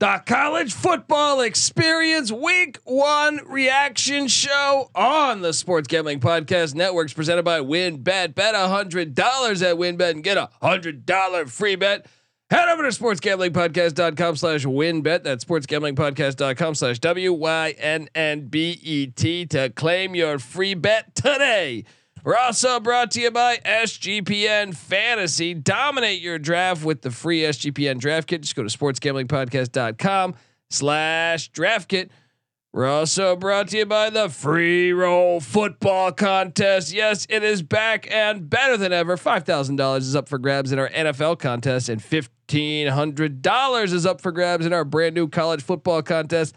The college football experience week one reaction show on the Sports Gambling Podcast Networks presented by WinBet. Bet $100 at WinBet and get a $100 free bet. Head over to sportsgamblingpodcast.com slash winbet. That's sportsgamblingpodcast.com slash W-Y-N-N-B-E-T E to claim your free bet today. We're also brought to you by SGPN Fantasy. Dominate your draft with the free SGPN draft kit. Just go to sportsgamblingpodcast.com slash draft kit. We're also brought to you by the Free Roll Football Contest. Yes, it is back and better than ever. $5,000 is up for grabs in our NFL contest, and $1,500 is up for grabs in our brand new college football contest.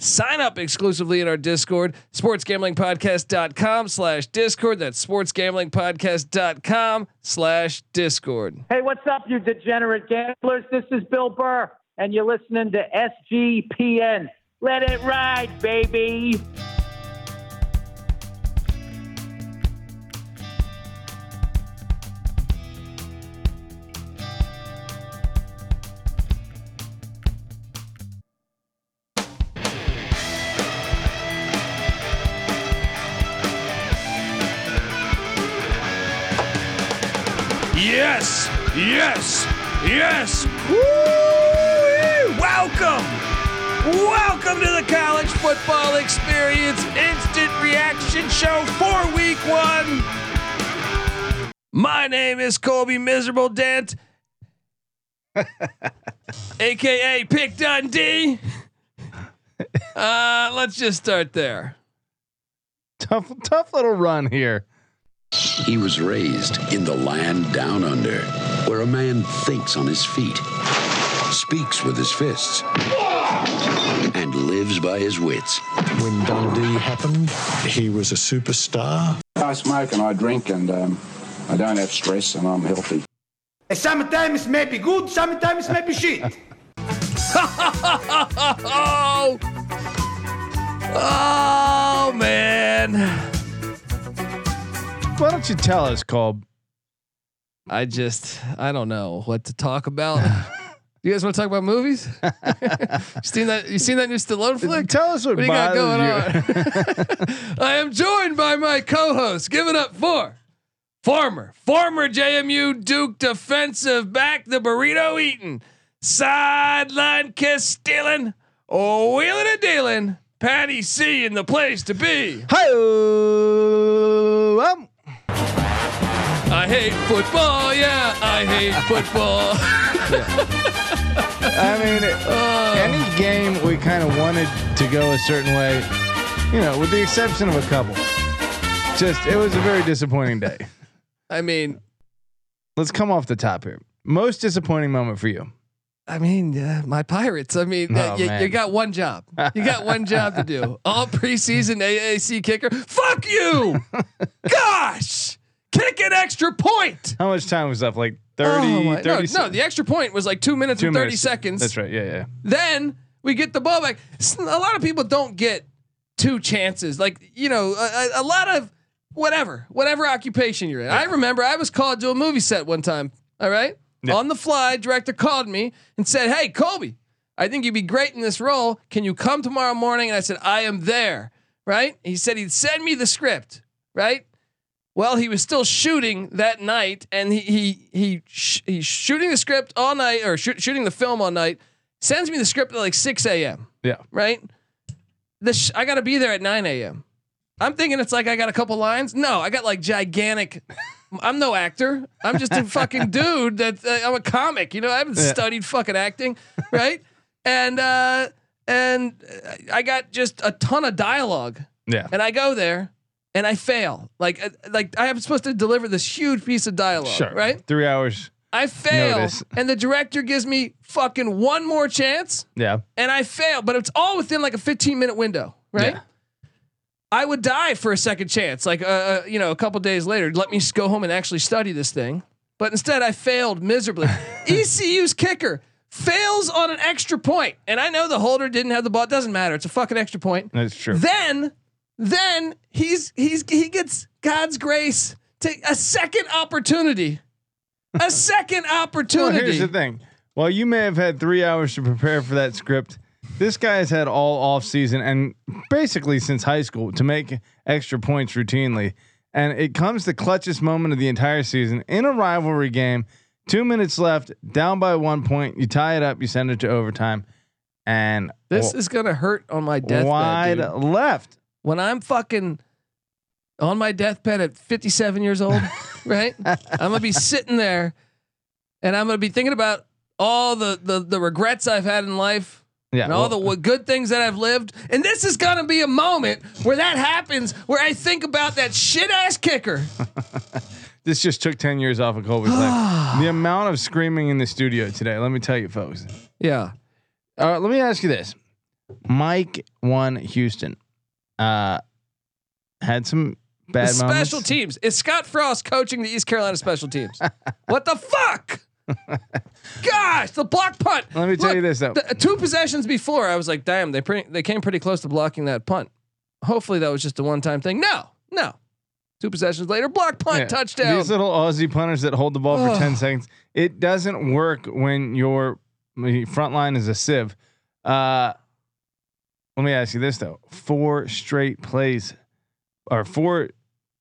Sign up exclusively in our Discord, sportsgamblingpodcast.com slash Discord. That's sportsgamblingpodcast.com slash Discord. Hey, what's up, you degenerate gamblers? This is Bill Burr, and you're listening to SGPN. Let it ride, baby. Yes, yes, yes. Woo! Welcome, welcome to the college football experience instant reaction show for week one. My name is Colby Miserable Dent, aka Pick Dundee. Uh, let's just start there. tough tough little run here. He was raised in the land down under, where a man thinks on his feet, speaks with his fists, and lives by his wits. When Dundee happened, he was a superstar. I smoke and I drink and um, I don't have stress and I'm healthy. Sometimes may be good, sometimes may be shit. Oh, oh man. Why don't you tell us, Colb? I just I don't know what to talk about. you guys want to talk about movies? you seen that you seen that new Stallone flick? Tell us what, what do you got going bothers you. on? I am joined by my co-host. Give it up for former former JMU Duke defensive back, the burrito eating, sideline kiss stealing, oh wheeling and dealing. Patty C in the place to be. Hi-oh, um, I hate football. Yeah, I hate football. I mean, any game we kind of wanted to go a certain way, you know, with the exception of a couple. Just it was a very disappointing day. I mean, Let's come off the top here. Most disappointing moment for you. I mean, uh, my Pirates. I mean, uh, Oh, you, you man. got one job. You got one job to do. All preseason AAC kicker. Fuck you! Gosh, kick an extra point. How much time was up? Like 30, Oh my- 30 no, no, sec- the extra point was like two minutes two and thirty minutes. seconds. That's right. Yeah, yeah. Then we get the ball back. S- A lot of people don't get two chances. Like you know, a, a- a lot of whatever, whatever occupation you're in. I remember I was called to a movie set one time. All right, Yeah. on the fly, director called me and said, "Hey, Colby, I think you'd be great in this role. Can you come tomorrow morning?" And I said, "I am there." Right? He said he'd send me the script. Right? Well, he was still shooting that night, and he he he sh- he's shooting the script all night, or shoot shooting the film all night. Sends me the script at like six a.m. Yeah. Right. The sh- I got to be there at nine a.m. I'm thinking it's like I got a couple lines. No, I got like gigantic. I'm no actor. I'm just a fucking dude. That uh, I'm a comic. You know, I haven't Yeah. studied fucking acting, right? and uh, and uh, I got just a ton of dialogue Yeah. Yeah. and I go there and I fail. Like uh, like I am supposed to deliver this huge piece of dialogue, Sure. right? 3 hours. I fail, Notice. and the director gives me fucking one more chance, Yeah. and I fail. But it's all within like a 15 minute window, right? Yeah. I would die for a second chance, like uh, uh, you know, a couple days later. Let me s- go home and actually study this thing. But instead, I failed miserably. ECU's kicker fails on an extra point, and I know the holder didn't have the ball. It doesn't matter. It's a fucking extra point. That's true. Then, then he's he's he gets God's grace to a second opportunity, a second Well, opportunity. here's the thing. While you may have had three hours to prepare for that script, this guy has had all off season and basically since high school to make extra points routinely. And it comes the clutchest moment of the entire season in a rivalry game. Two minutes left, down by one point. You tie it up, you send it to overtime, and This w- is gonna hurt on my deathbed. wide dude. left. When I'm fucking on my deathbed at 57 years old, right? I'm gonna be sitting there, and I'm gonna be thinking about all the the, the regrets I've had in life. Yeah, and all well, the w- good things that I've lived. And this is going to be a moment where that happens, where I think about that shit ass kicker. this just took ten years off of Colby's life. The amount of screaming in the studio today. Let me tell you, folks. Yeah. Uh, let me ask you this: Mike won Houston. Uh, had some bad The moments. special teams. It's Scott Frost coaching the East Carolina special teams. what the fuck? Gosh, the block punt. Let me tell you this, though. the- two possessions before, I was like, damn, they pretty, they came pretty close to blocking that punt. Hopefully, that was just a one time thing. No, no. Two possessions later, block punt, Yeah. touchdown. These little Aussie punters that hold the ball for Ugh. ten seconds. It doesn't work when your the front line is a sieve. Uh, let me ask you this though: four straight plays, or four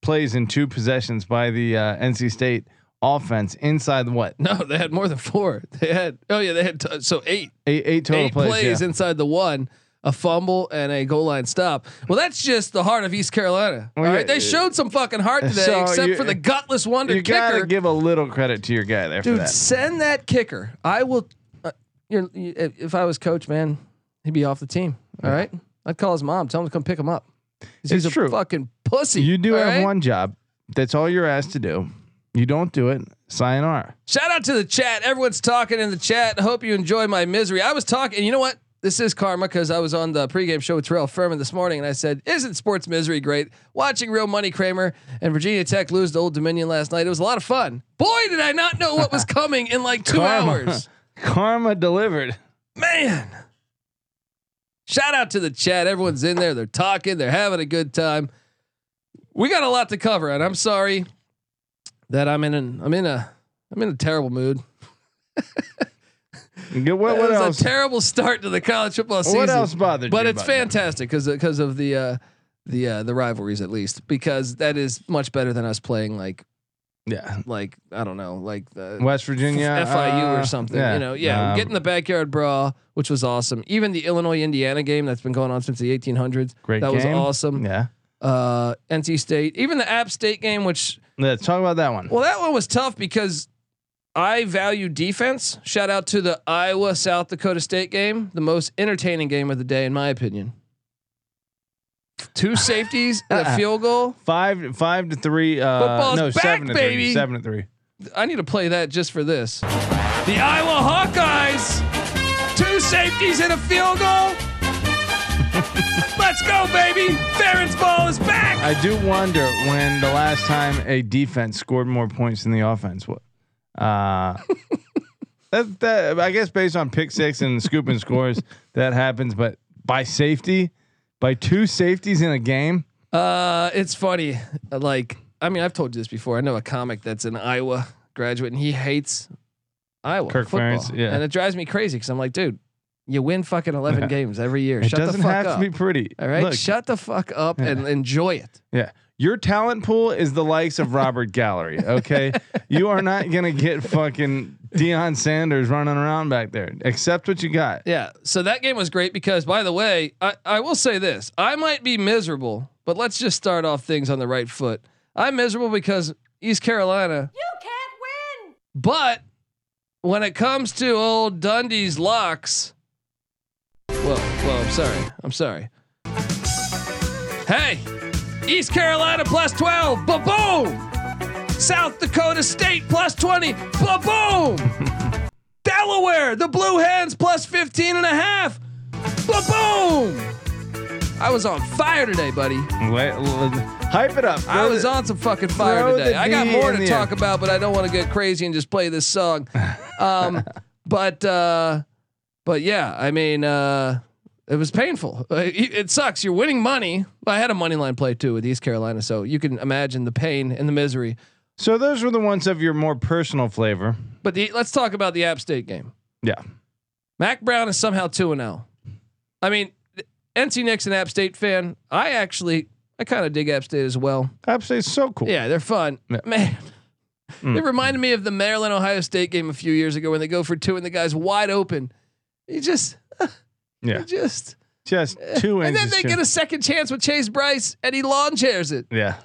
plays in two possessions by the uh, NC State offense inside the what no, they had more than four. They had, oh, yeah, they had, t- so eight. eight, eight total eight plays. plays, yeah. inside the one, a fumble and a goal line stop. Well, that's just the heart of East Carolina. Well, all Oh, yeah, right, they yeah. showed some fucking heart today, So except you- for the gutless wonder you kicker. gotta give a little credit to your guy there for Dude, that. send that kicker. I will. Uh, you're, you, if if I was coach, man, he'd be off the team. All right, I'd call his mom, tell him to come pick him up. 'Cause He's It's a true. fucking pussy. You do all have right? one job. That's all you're asked to do. You don't do it. Sayonara. Shout out to the chat. Everyone's talking in the chat. Hope you enjoy my misery. I was talking, you know what? This is karma because I was on the pregame show with Terrell Furman this morning and I said, Isn't sports misery great? Watching Real Money Kramer and Virginia Tech lose to Old Dominion last night. It was a lot of fun. Boy, did I not know what was coming in like two Karma. hours. Karma delivered. Man. Shout out to the chat. Everyone's in there. They're talking. They're having a good time. We got a lot to cover, and I'm sorry that I'm in an I'm in a I'm in a terrible mood. Good. What, what it was else? a terrible start to the college football season. what else bothered But you? it's about that? fantastic because because of the uh, the uh, the rivalries at least because that is much better than us playing like like I don't know like the Yeah. West Virginia, FIU uh, or something. You know, yeah, Um, get in the backyard brawl, which was awesome. Even the Illinois Indiana game that's been going on since the 1800s. great. that was game. awesome. Yeah. Uh, NC State, even the App State game, which Let's talk about that one. well, that one was tough because I value defense. Shout out to the Iowa South Dakota State game, the most entertaining game of the day, in my opinion. Two safeties and a field goal. Five, five to three. Uh, Football's no, back, seven to baby. three. Seven to three. I need to play that just for this. The Iowa Hawkeyes, two safeties and a field goal. Let's go, baby! Ferentz ball is back. I do wonder when the last time a defense scored more points than the offense was. Uh, that, that I guess based on pick six and scoop and scores that happens, but by safety, by two safeties in a game, Uh, it's funny. Like, I mean, I've told you this before. I know a comic that's an Iowa graduate, and he hates Iowa Kirk football, Ferentz, yeah. and it drives me crazy because I'm like, dude, you win fucking 11 games every year. it Shut doesn't the fuck have up. to be pretty. All right, Look, shut the fuck up and enjoy it. Yeah. Your talent pool is the likes of Robert Gallery. Okay. you are not going to get fucking Deion Sanders running around back there. Accept what you got. Yeah. So that game was great because, by the way, I, I will say this I might be miserable, but let's just start off things on the right foot. I'm miserable because East Carolina. You can't win. But when it comes to old Dundee's locks. Whoa, whoa, I'm sorry. I'm sorry. Hey, East Carolina plus 12. Ba boom. South Dakota State plus 20. Ba boom. Delaware, the Blue Hens plus 15 and a half. Ba-boom! I was on fire today, buddy. Let- let- hype it up. I Throw was the- on some fucking fire Throw today. the I got D more in to the talk end. about, but I don't want to get crazy and just play this song. Um, but uh, but yeah, I mean, uh, it was painful. Uh, It, it sucks. You're winning money. I had a money line play too with East Carolina, so you can imagine the pain and the misery. So those were the ones of your more personal flavor. But the, let's talk about the App State game. Yeah. Mac Brown is somehow two and zero. I mean, th- NC Nick's an App State fan. I actually, I kind of dig App State as well. App State's so cool. Yeah, they're fun, Yeah. man. Mm. It reminded me of the Maryland Ohio State game a few years ago when they go for two and the guy's wide open. You just, Yeah. you just, Just two and inches. then they too- get a second chance with Chase Bryce and he lawn chairs it. yeah.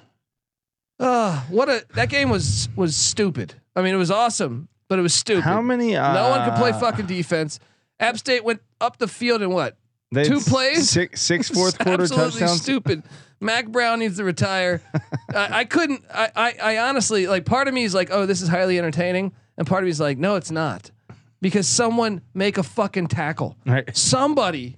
Ah, what a that game was was stupid. I mean, it was awesome, but it was stupid. How many? Uh, no one could play fucking defense. App State went up the field in what they had two s- plays? Six, six It's fourth quarter absolutely touchdowns. Stupid. Mac Brown needs to retire. I, I couldn't. I, I I honestly like. Part of me is like, oh, this is highly entertaining, and part of me is like, no, it's not, because someone make a fucking tackle. Right. Somebody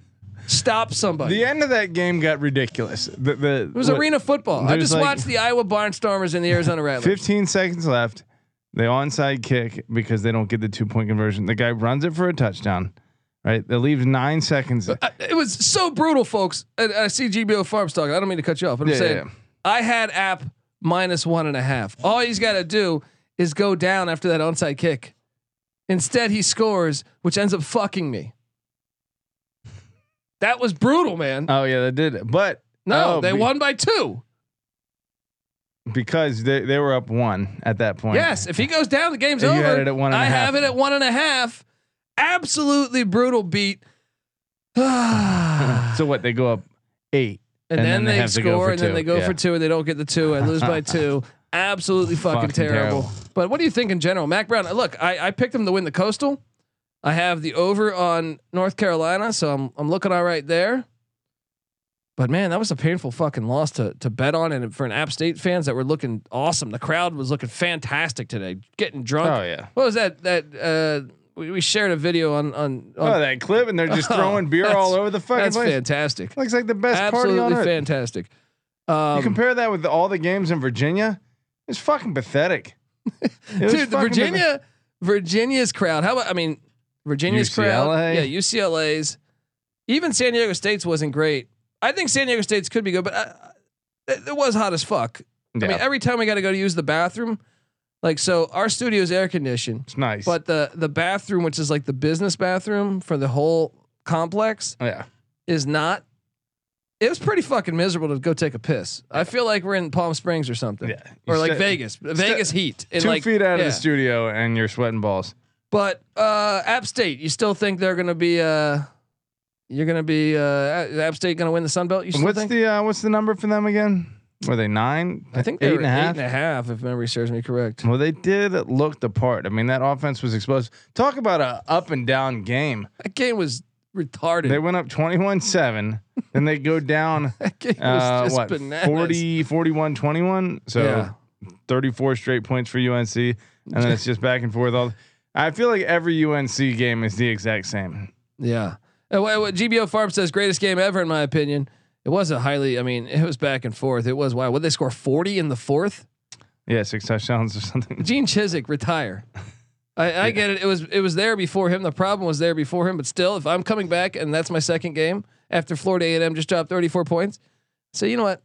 stop somebody. The end of that game got ridiculous. The, the it was arena football. I there's just like- watched the Iowa Barnstormers and the Arizona Rattlers. 15 seconds left. They onside kick because they don't get the two point conversion. The guy runs it for a touchdown, right? They leave nine seconds. Uh, it was so brutal, folks. And I see GBO Farms talking. I don't mean to cut you off, but I'm Yeah, saying yeah, yeah. I had app minus one and a half. All he's got to do is go down after that onside kick. Instead, he scores, which ends up fucking me. That was brutal, man. Oh, yeah, they did it. But no, oh, they be- won by two. because they, they were up one at that point. Yes, if he goes down, the game's You over. had it at one and I a half. have it at one and a half. Absolutely brutal beat. So what? They go up eight. and, then, they, have to go score, for and then two. they go Yeah. for two, and they don't get the two. I lose by two. Absolutely fucking, Fucking terrible. terrible. But what do you think in general, Mac Brown? Look, I, I picked him to win the Coastal. I have the over on North Carolina, so I'm I'm looking all right there. But man, that was a painful fucking loss to to bet on, and for an App State fans that were looking awesome, the crowd was looking fantastic today, getting drunk. Oh, yeah. What was that? That uh, we, we shared a video on on. on Oh, that clip, and they're just Oh, throwing beer that's- all over the fucking that's place. fantastic. Looks like the best Absolutely party on earth. fantastic. you Um, compare that with all the games in Virginia, it's fucking pathetic. It was dude, the fucking Virginia, Virginia's crowd. How about? I mean, Virginia's crowd. UCLA? Yeah, UCLA's. Even San Diego State's wasn't great. I think San Diego State's could be good, but uh, it, it was hot as fuck. pathetic. I mean, Yeah, every time we got to go to use the bathroom, like so, our studio's air conditioned, it's nice. but the the bathroom, which is like the business bathroom for the whole complex, yeah, is not. It was pretty fucking miserable to go take a piss. I feel like we're in Palm Springs or something, Yeah. or You like sta- Vegas, Vegas heat. in two like- feet out of yeah. the studio, and you're sweating balls. But uh, App State, you still think they're going to be? Uh, you're going to be uh, A- App State going to win the Sun Belt? You still What's think? the uh, what's the number for them again? Were they nine? I think they eight were and a half. eight and a half, if memory serves me correct. Well, they did look the part. I mean, that offense was exposed. Talk about a up and down game. That game was retarded. They went up 21-7, then they go down that game was uh, just what bananas. 40 41 21. So Yeah. 34 straight points for UNC and then it's just back and forth all I feel like every UNC game is the exact same. Yeah. Uh, wha- what GBO Farm says greatest game ever in my opinion. It was a highly. I mean, it was back and forth. It was wild. Would they score forty in the fourth? Yeah, six touchdowns or something. Gene Chiswick retire. I, I get it. It was it was there before him. The problem was there before him. But still, if I'm coming back and that's my second game after Florida A&M just dropped 34 points, so you know what,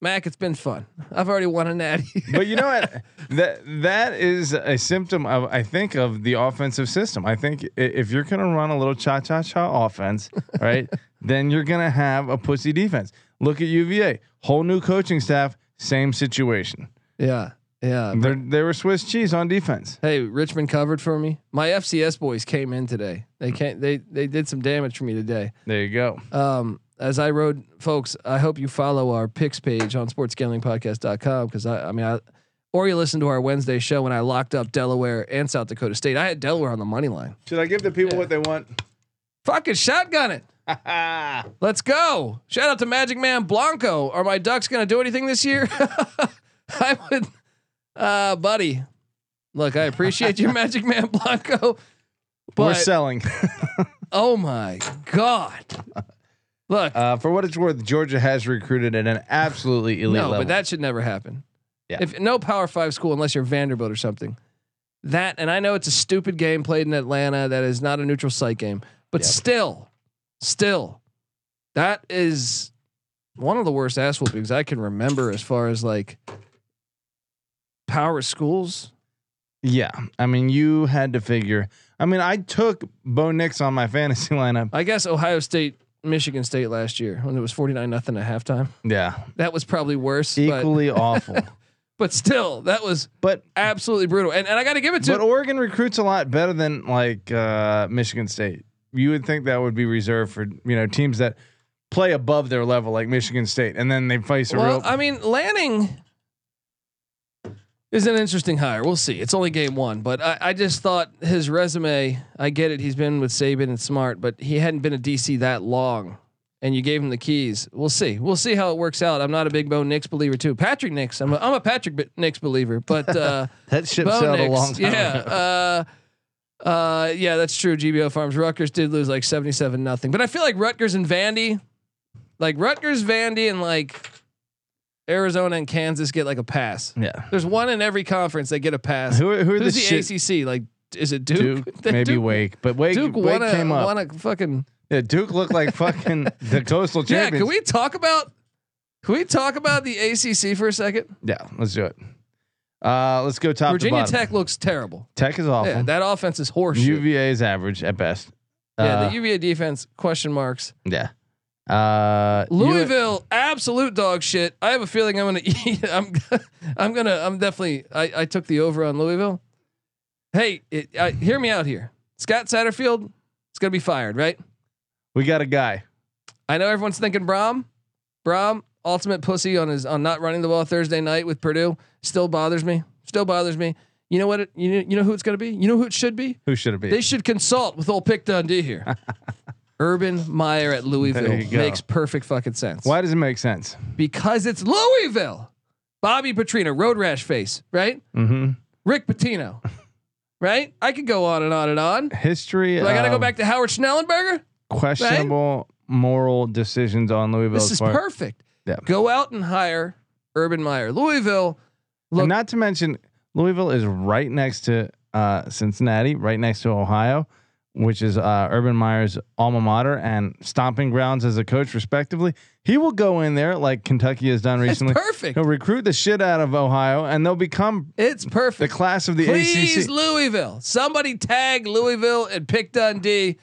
Mac, it's been fun. I've already won a natty. But you know what? That that is a symptom of I think of the offensive system. I think i- if you're going to run a little cha-cha-cha offense, right? then you're going to have a pussy defense. Look at UVA. Whole new coaching staff, same situation. yeah, yeah. They're, they were Swiss cheese on defense. Hey, Richmond covered for me. My FCS boys came in today. They can't. They they did some damage for me today. There you go. Um, as I rode, folks, I hope you follow our picks page on sportsgamblingpodcast.com because I, I mean, I, or you listen to our Wednesday show when I locked up Delaware and South Dakota State. I had Delaware on the money line. Should I give the people what they want? Fucking shotgun it. Let's go. Shout out to Magic Man Blanco. Are my Ducks going to do anything this year? I would, uh, buddy. Look, I appreciate you, Magic Man Blanco. We're But selling. oh my god, look, Uh, for what it's worth, Georgia has recruited at an absolutely elite no, level. but that should never happen. Yeah. If no Power Five school, unless you're Vanderbilt or something, that and I know it's a stupid game played in Atlanta that is not a neutral site game, but Yep. still, still, that is one of the worst ass whoopings I can remember as far as like power schools. yeah, I mean, you had to figure. I mean, I took Bo Nix on my fantasy lineup. I guess Ohio State, Michigan State last year when it was 49 nothing at halftime. Yeah, That was probably worse, but, equally awful. but still, that was But absolutely brutal. And and I got to give it to but Oregon recruits a lot better than like uh, Michigan State. You would think that would be reserved for you know teams that play above their level, like Michigan State, and then they face a Well, uh, real. I mean, Lanning is an interesting hire. We'll see. It's only game one, but I, I just thought his resume. I get it. He's been with Saban and Smart, but he hadn't been a DC that long. And you gave him the keys. We'll see. We'll see how it works out. I'm not a big Bo Nix believer too. Patrick Nix. I'm a, I'm a Patrick B- Nix believer, but uh, that ship Bo sailed Nix, a long time. Yeah. ago. Uh, uh, yeah, that's true. GBO Farms Rutgers did lose like 77 nothing, but I feel like Rutgers and Vandy, like Rutgers, Vandy, and like Arizona and Kansas get like a pass. yeah. There's one in every conference that get a pass. Who are, who are Who's the, the, shit- ACC? Like, is it Duke? Duke, maybe Duke, Wake, but Wake, Duke Wake won a, came up. won a fucking. yeah, Duke looked like fucking the coastal Yeah, champions. can we talk about? Can we talk about the ACC for a second? Yeah, let's do it. Uh, let's go top. to Virginia bottom. Tech looks terrible. Tech is awful. Yeah, that offense is horseshit. UVA is average at best. yeah, Uh, the UVA defense question marks. yeah. Uh, U- Louisville, absolute dog shit. I have a feeling I'm gonna eat. I'm, I'm gonna. I'm definitely. I, I took the over on Louisville. Hey, it, I, hear me out here. Scott Satterfield is gonna be fired, right? we got a guy. I know everyone's thinking Brom. Brom, ultimate pussy on his on not running the ball Thursday night with Purdue. Still bothers me. Still bothers me. You know what? It, you know, you know who it's gonna be. You know who it should be. Who should it be? They should consult with old Pick Dundee here. Urban Meyer at Louisville There you go. makes perfect fucking sense Why does it make sense? because it's Louisville. Bobby Petrino, road rash face, right? Mm-hmm. Rick Pitino, right? I could go on and on and on. History. Do I got to go of back to Howard Schnellenberger? Questionable moral decisions on Louisville's This is part. perfect. Yeah. Go out and hire Urban Meyer. Louisville, And Look- not to mention, Louisville is right next to uh, Cincinnati, right next to Ohio, which is uh, Urban Meyer's alma mater and stomping grounds as a coach, respectively. He will go in there like Kentucky has done it's recently. perfect. He'll recruit the shit out of Ohio, and they'll become It's the perfect. class of the Please, ACC. Louisville. Somebody tag Louisville and pick Dundee.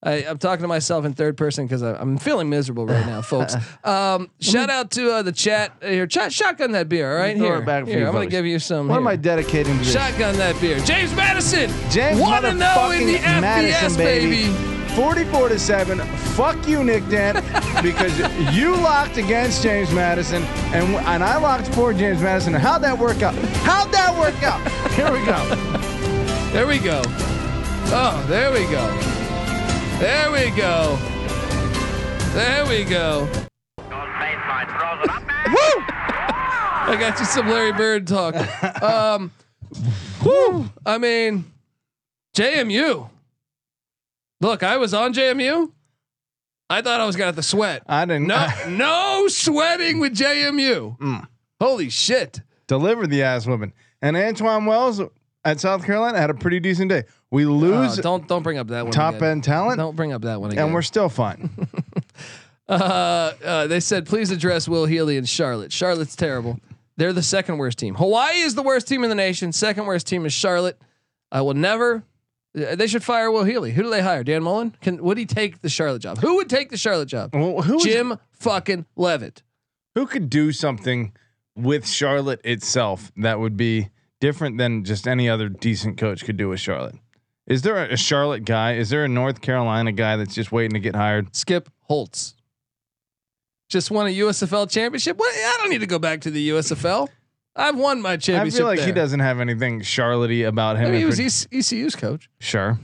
I, I'm talking to myself in third person because I'm feeling miserable right now, folks. Um, shout out to uh, the chat here. Chat, shotgun that beer, all right? throw Here, it back for Here, you I'm going to folks. give you some. what here. am I dedicating to this? Shotgun that beer. James Madison. James want to know in the motherfucking Madison, FBS, baby. 44 to 7. Fuck you, Nick Dent, because you locked against James Madison and and I locked for James Madison. And how'd that work out? How'd that work out? Here we go. There we go. Oh, there we go. There we go. There we go. Woo! I got you some Larry Bird talk. Um, whew, I mean, JMU. Look, I was on JMU. I thought I was gonna have to sweat. I didn't Mm. No, I no sweating with JMU. Holy shit. delivered the ass woman. And Antoine Wells at South Carolina had a pretty decent day. We Uh, lose don't don't bring up that one. top again. end talent, Don't bring up that one again. and we're still fine. Uh, uh, they said, please address Will Healy and Charlotte. Charlotte's terrible. They're the second worst team. Hawaii is the worst team in the nation. Second worst team is Charlotte. I will never. uh, They should fire Will Healy. Who do they hire? Dan Mullen? Can would he take the Charlotte job? Who would take the Charlotte job? Well, who is- Jim fucking Levitt. who could do something with Charlotte itself that would be different than just any other decent coach could do with Charlotte? Is there a Charlotte guy? Is there a North Carolina guy that's just waiting to get hired? Skip Holtz. Just won a USFL championship. What? I don't need to go back to the USFL. I've won my I championship. feel like he there. doesn't have anything Charlotte about I him. mean, in he was par- ECU's coach. sure.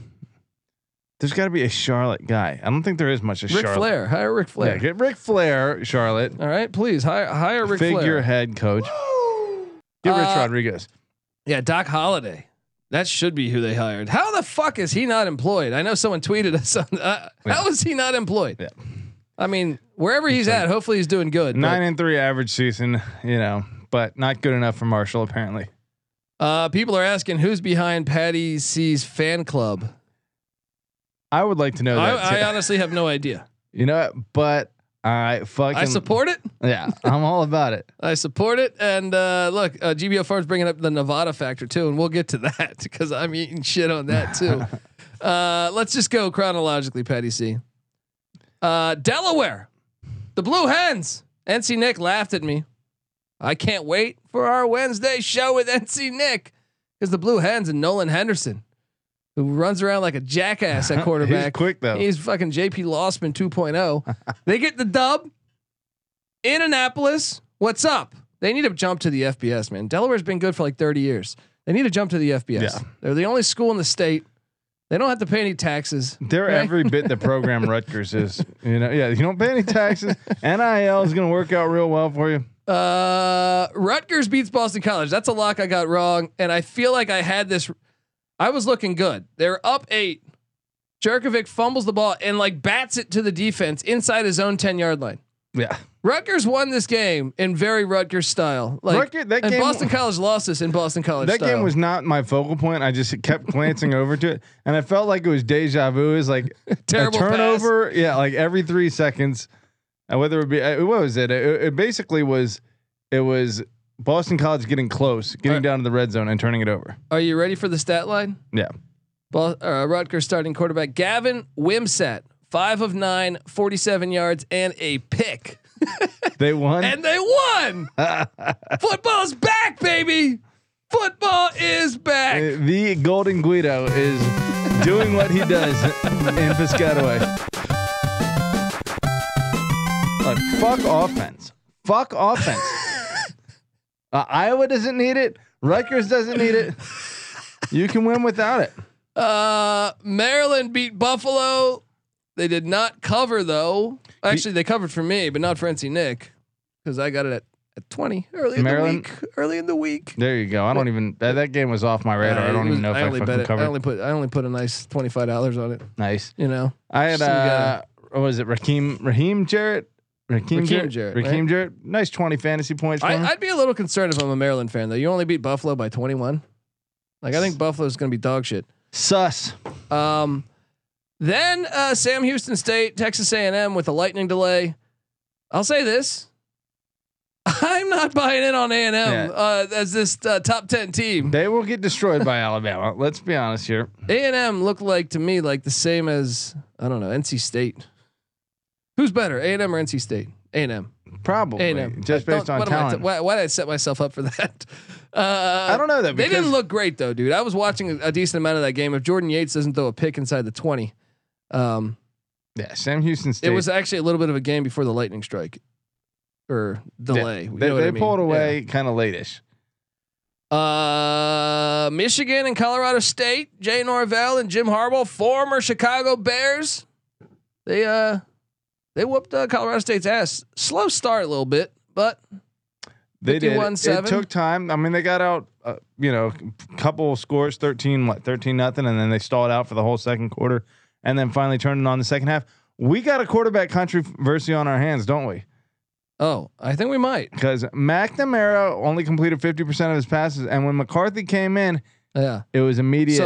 There's got to be a Charlotte guy. I don't think there is much a Rick Charlotte. Flair. Hire Rick Flair. Yeah, get Rick Flair, Charlotte, All right, please hire hire Rick Flair. figurehead coach. Get Rich Uh, Rodriguez. Yeah, Doc Holliday. That should be who they hired. How the fuck is he not employed? I know someone tweeted us. On, uh, How is he not employed? Yeah. I mean, wherever he's at, hopefully he's doing good. but, Nine and three average season, you know, but not good enough for Marshall apparently. uh, people are asking who's behind Patty C's fan club. I would like to know that. I, too. I honestly have no idea. You know, what? but I fucking I support it. Yeah, I'm all about it. I support it. And uh, look, uh, GBO Farms bringing up the Nevada factor too, and we'll get to that because I'm eating shit on that too. Uh, let's just go chronologically, Petty C. Uh, Delaware, the Blue Hens. NC Nick laughed at me. I can't wait for our Wednesday show with NC Nick because the Blue Hens and Nolan Henderson, who runs around like a jackass at quarterback. He's quick though. He's fucking JP Lossman 2.0. they get the dub in Annapolis. What's up? They need to jump to the FBS, man. Delaware's been good for like 30 years. They need to jump to the FBS. Yeah. They're the only school in the state. They don't have to pay any taxes. They're Right? every bit the program Rutgers is. You know, yeah, you don't pay any taxes. NIL is going to work out real well for you. Uh, Rutgers beats Boston College. That's a lock I got wrong, and I feel like I had this. I was looking good. They're up eight. Jerkovic fumbles the ball and like bats it to the defense inside his own ten yard line. Yeah. Rutgers won this game in very Rutgers style. Like Rutgers- that and game- Boston College lost this in Boston College. That style. game was not my focal point. I just kept glancing over to it, and I felt like it was deja vu. Is like Terrible a pass. turnover. Yeah, like every three seconds, uh, whether it be uh, what was it? it? It basically was. It was Boston College getting close, getting Alright. down to the red zone, and turning it over. Are you ready for the stat line? Yeah, Ball, uh, Rutgers starting quarterback Gavin Wimsett, five of nine, 47 yards and a pick, they won. and they won. Football's back, baby. Football is back. Uh, the Golden Guido is doing what he does in Piscataway. Look, fuck offense. Fuck offense. Uh, Iowa doesn't need it. Rutgers doesn't need it. You can win without it. Uh, Maryland beat Buffalo. They did not cover though. Actually, they covered for me, but not for NC Nick because I got it at, at 20 early in Maryland- the week. Early in the week. There you go. I don't even that, that game was off my radar. Uh, I it don't was- even know if I, only bet fucking it. covered. I only put I only put a nice twenty five dollars on it. nice. You know, I had Still uh, got what was it? Raheem Raheem Jarrett. Raheem, Raheem Jarrett. Jarrett, Raheem right? Jarrett. Nice twenty fantasy points. For I, him. I'd be a little concerned if I'm a Maryland fan though. You only beat Buffalo by twenty one. Like I think Buffalo's going to be dog shit. Sus. Um, then uh, Sam Houston State, Texas A&M with a lightning delay. I'll say this: I'm not buying in on A&M Yeah. uh, as this uh, top ten team. They will get destroyed by Alabama. Let's be honest here. A&M looked like to me like the same as I don't know NC State. Who's better, A&M or NC State? A&M. Probably A&M. just I don't- based on what am I talent. t- why, why did I set myself up for that? Uh, I don't know that They didn't because- look great though, dude. I was watching a, a decent amount of that game. If Jordan Yates doesn't throw a pick inside the twenty, um, yeah, Sam Houston State. It was actually a little bit of a game before the lightning strike or they, delay. you they, know what they I mean? pulled away kind of latish. Yeah. Uh, Michigan and Colorado State, Jay Norvell and Jim Harbaugh, former Chicago Bears. They uh, they whooped uh, Colorado State's ass. Slow start a little bit, but They did. It, 51-7. took time. I mean, they got out. Uh, you know, a couple of scores, thirteen what, thirteen nothing, and then they stalled out for the whole second quarter, and then finally turned it on the second half. We got a quarterback controversy on our hands, don't we? oh, I think we might. Because McNamara only completed fifty percent of his passes, and when McCarthy came in, Yeah. it was immediate.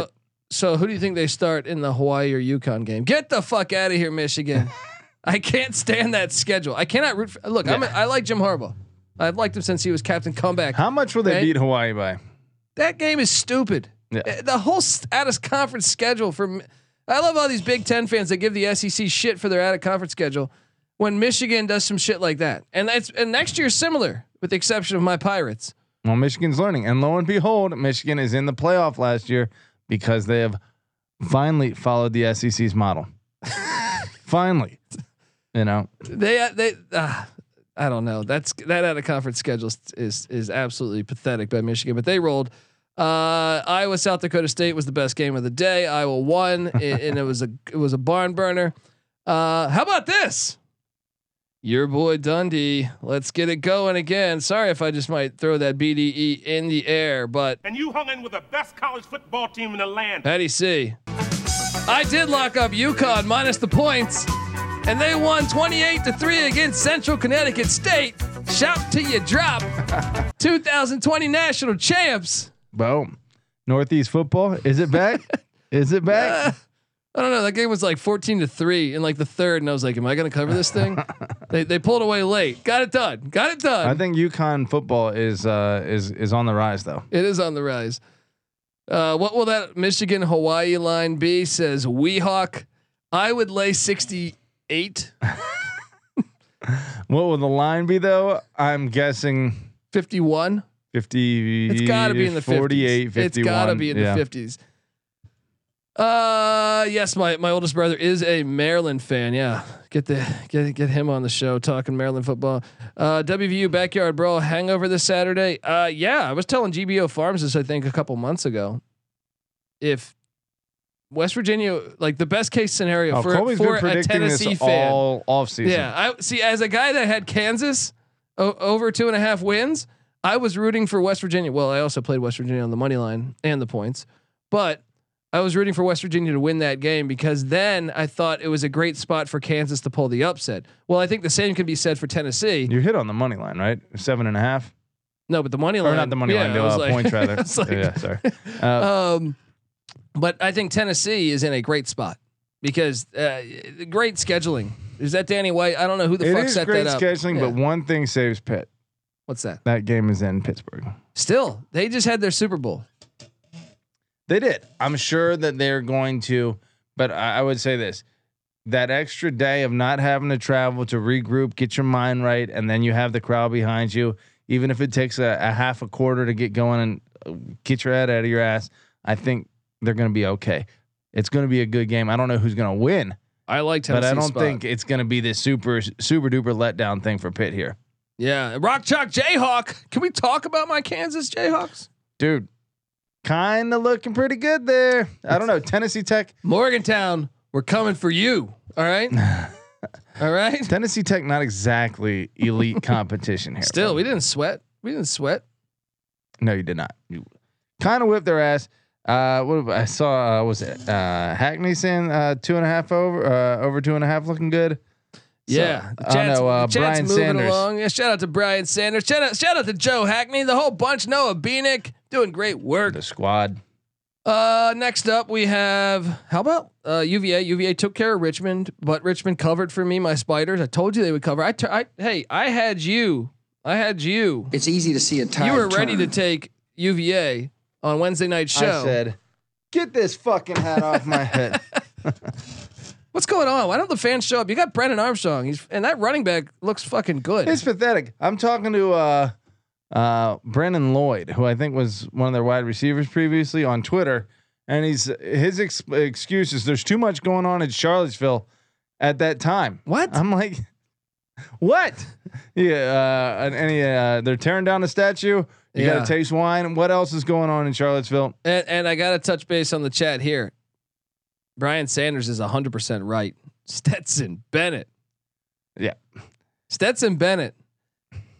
So, so who do you think they start in the Hawaii or Yukon game? Get the fuck out of here, Michigan. I can't stand that schedule. I cannot root for. Look, I'm a, I like Jim Harbaugh. I've liked him since he was captain comeback. How much will they Right? beat Hawaii by? That game is stupid. Yeah. Uh, The whole s- out of conference schedule for. Mi- I love all these Big Ten fans that give the SEC shit for their out of conference schedule. When Michigan does some shit like that, and that's and next year's similar, with the exception of my Pirates. Well, Michigan's learning, and lo and behold, Michigan is in the playoff last year because they have finally followed the SEC's model. finally, you know, They they uh, I don't know. That's that out of conference schedule is- is is absolutely pathetic by Michigan, but they rolled. Uh, Iowa South Dakota State was the best game of the day. Iowa won, a- and it was a it was a barn burner. Uh, how about this? Your boy Dundee, let's get it going again. Sorry if I just might throw that BDE in the air, but And you hung in with the best college football team in the land. Patty C. I did lock up UConn minus the points, and they won 28 to 3 against Central Connecticut State. Shout till you drop. 2020 national champs. boom, Northeast football is it back? is it back? I don't know. That game was like 14 to 3 in like the third, and I was like, am I going to cover this thing? they, they pulled away late. Got it done. Got it done. I think UConn football is uh, is is on the rise though. It is on the rise. Uh, what will that Michigan Hawaii line be? Says Weehawk. I would lay 68, What will the line be though? I'm guessing 51. 50. It's got to be in the 48, 50s. It's got to 51. be in Yeah. the 50s. Uh, yes, my my oldest brother is a Maryland fan. Yeah, get the get get him on the show talking Maryland football. Uh, WVU backyard bro hangover this Saturday. Uh, yeah, I was telling GBO Farms this I think a couple months ago. If West Virginia, like the best case scenario Oh, for Colby's for been a predicting this Tennessee fan, all offseason. yeah, I see. As a guy that had Kansas o- over two and a half wins, I was rooting for West Virginia. Well, I also played West Virginia on the money line and the points, but I was rooting for West Virginia to win that game because then I thought it was a great spot for Kansas to pull the upset. Well, I think the same can be said for Tennessee. You hit on the money line, right? Seven and a half, No, but the money line or not the money yeah, line, I the was uh, like- points rather. I was like, yeah, sorry. Uh, um, but I think Tennessee is in a great spot because uh, great scheduling. Is that Danny White? I don't know who the it fuck is set great that up. scheduling, Yeah. but one thing saves Pitt. What's that? That game is in Pittsburgh. Still, they just had their Super Bowl. They did. I'm sure that they're going to, but I, I would say this. That extra day of not having to travel to regroup, get your mind right, and then you have the crowd behind you, even if it takes a, a half a quarter to get going and uh, get your head out of your ass, I think they're going to be okay. It's going to be a good game. I don't know who's going to win, I like but Tennessee. I don't spot. think it's going to be this super, super duper letdown thing for Pitt here. Yeah, Rock Chalk Jayhawk. Can we talk about my Kansas Jayhawks? Dude, kind of looking pretty good there. I don't know. Tennessee Tech, Morgantown, we're coming for you. All right. All right. Tennessee Tech, not exactly elite competition here. Still, we didn't sweat. We didn't sweat. no, you did not. You kind of whipped their ass. Uh, what about- I saw uh, was it uh, Hackney saying uh, two and a half over uh, over two and a half, looking good. Yeah. I don't know, uh, Brian moving Sanders. along. Yeah, shout out to Brian Sanders. Shout out, shout out to Joe Hackney, the whole bunch. Noah Beanick doing great work. The squad. Uh, next up we have how about uh, UVA? UVA took care of Richmond, but Richmond covered for me my spiders. I told you they would cover. I, tur- I hey, I had you. I had you. It's easy to see a tide you were ready to turn. take UVA on Wednesday night show. I said, get this fucking hat off my head. What's going on? Why don't the fans show up? You got Brendan Armstrong. He's and that running back looks fucking good. It's pathetic. I'm talking to uh, uh, Brennan Lloyd, who I think was one of their wide receivers previously on Twitter, and he's his ex- excuse is there's too much going on in Charlottesville at that time. What? I'm like, what? Yeah, uh, and any uh, they're tearing down the statue. You Yeah. got to taste wine. What else is going on in Charlottesville? and, and I gotta touch base on the chat here. Brian Sanders is hundred percent right. Stetson Bennett. Yeah. Stetson Bennett.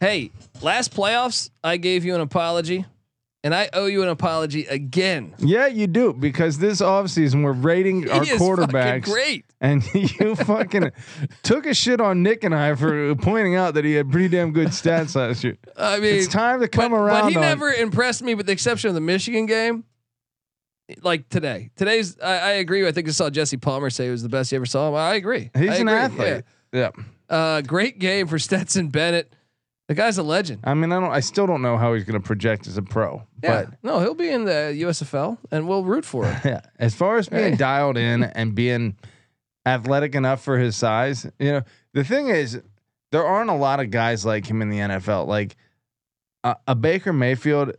Hey, last playoffs, I gave you an apology, and I owe you an apology again. Yeah, you do because this offseason we're rating our He is fucking quarterbacks. great. and you fucking took a shit on Nick and I for pointing out that he had pretty damn good stats last year. I mean, It's time to come but, around. But he on- never impressed me, with the exception of the Michigan game. Like today, today's I, I agree. I think I saw Jesse Palmer say it was the best he ever saw. I agree. He's I an agree, athlete. Yeah. yeah. Uh, great game for Stetson Bennett. The guy's a legend. I mean, I don't. I still don't know how he's going to project as a pro. Yeah. no, he'll be in the USFL, and we'll root for him. But yeah, as far as being Hey. dialed in and being athletic enough for his size, you know, the thing is, there aren't a lot of guys like him in the NFL. Like a, a Baker Mayfield,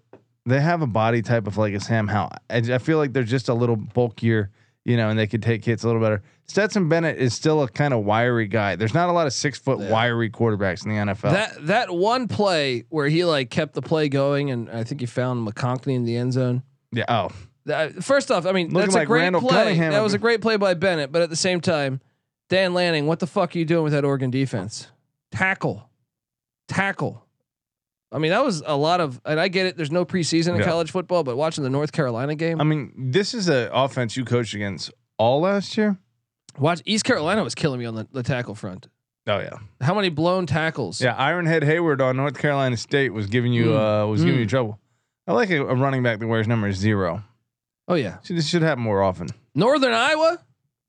they have a body type of like a Sam Howell. I, I feel like they're just a little bulkier, you know, and they could take hits a little better. Stetson Bennett is still a kind of wiry guy. There's not a lot of six foot wiry quarterbacks in the NFL. That that one play where he like kept the play going, and I think he found McConkey in the end zone. yeah. Oh, That- uh, first off, I mean Looking that's a like great Randall play. Cunningham. That was a great play by Bennett, but at the same time, Dan Lanning, what the fuck are you doing with that Oregon defense? Tackle, tackle. I mean that was a lot of, and I get it. There's no preseason in Yeah. college football, but watching the North Carolina game, I mean, this is an offense you coached against all last year. watch East Carolina was killing me on the, the tackle front. Oh yeah. How many blown tackles? Yeah, Ironhead Hayward on North Carolina State was giving you Mm. uh, was giving you trouble. I like a, a running back that wears number zero. Oh yeah. Should, this should happen more often. Northern Iowa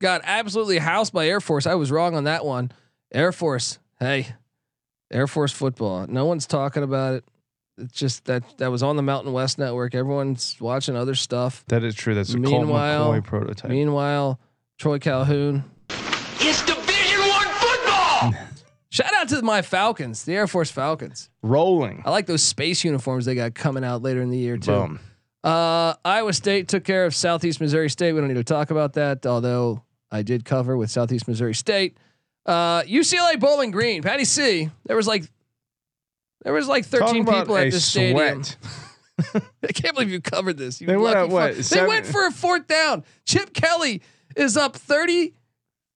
got absolutely housed by Air Force. I was wrong on that one. Air Force, hey, Air Force football. No one's talking about it. It's just that that was on the Mountain West Network. Everyone's watching other stuff. That is true. That's a Colt Meanwhile- McCoy prototype. Meanwhile, Troy Calhoun. It's Division One football. Shout out to my Falcons, the Air Force Falcons. Rolling. I like those space uniforms they got coming out later in the year too. Boom. Uh, Iowa State took care of Southeast Missouri State. We don't need to talk about that, although I did cover with Southeast Missouri State. Uh, UCLA Bowling Green, Patty C. There was like, there was like Talk thirteen about people at a this stadium. sweat. I can't believe you covered this. You They went lucky at what, fuck. They seven- went for a fourth down. Chip Kelly is up 30,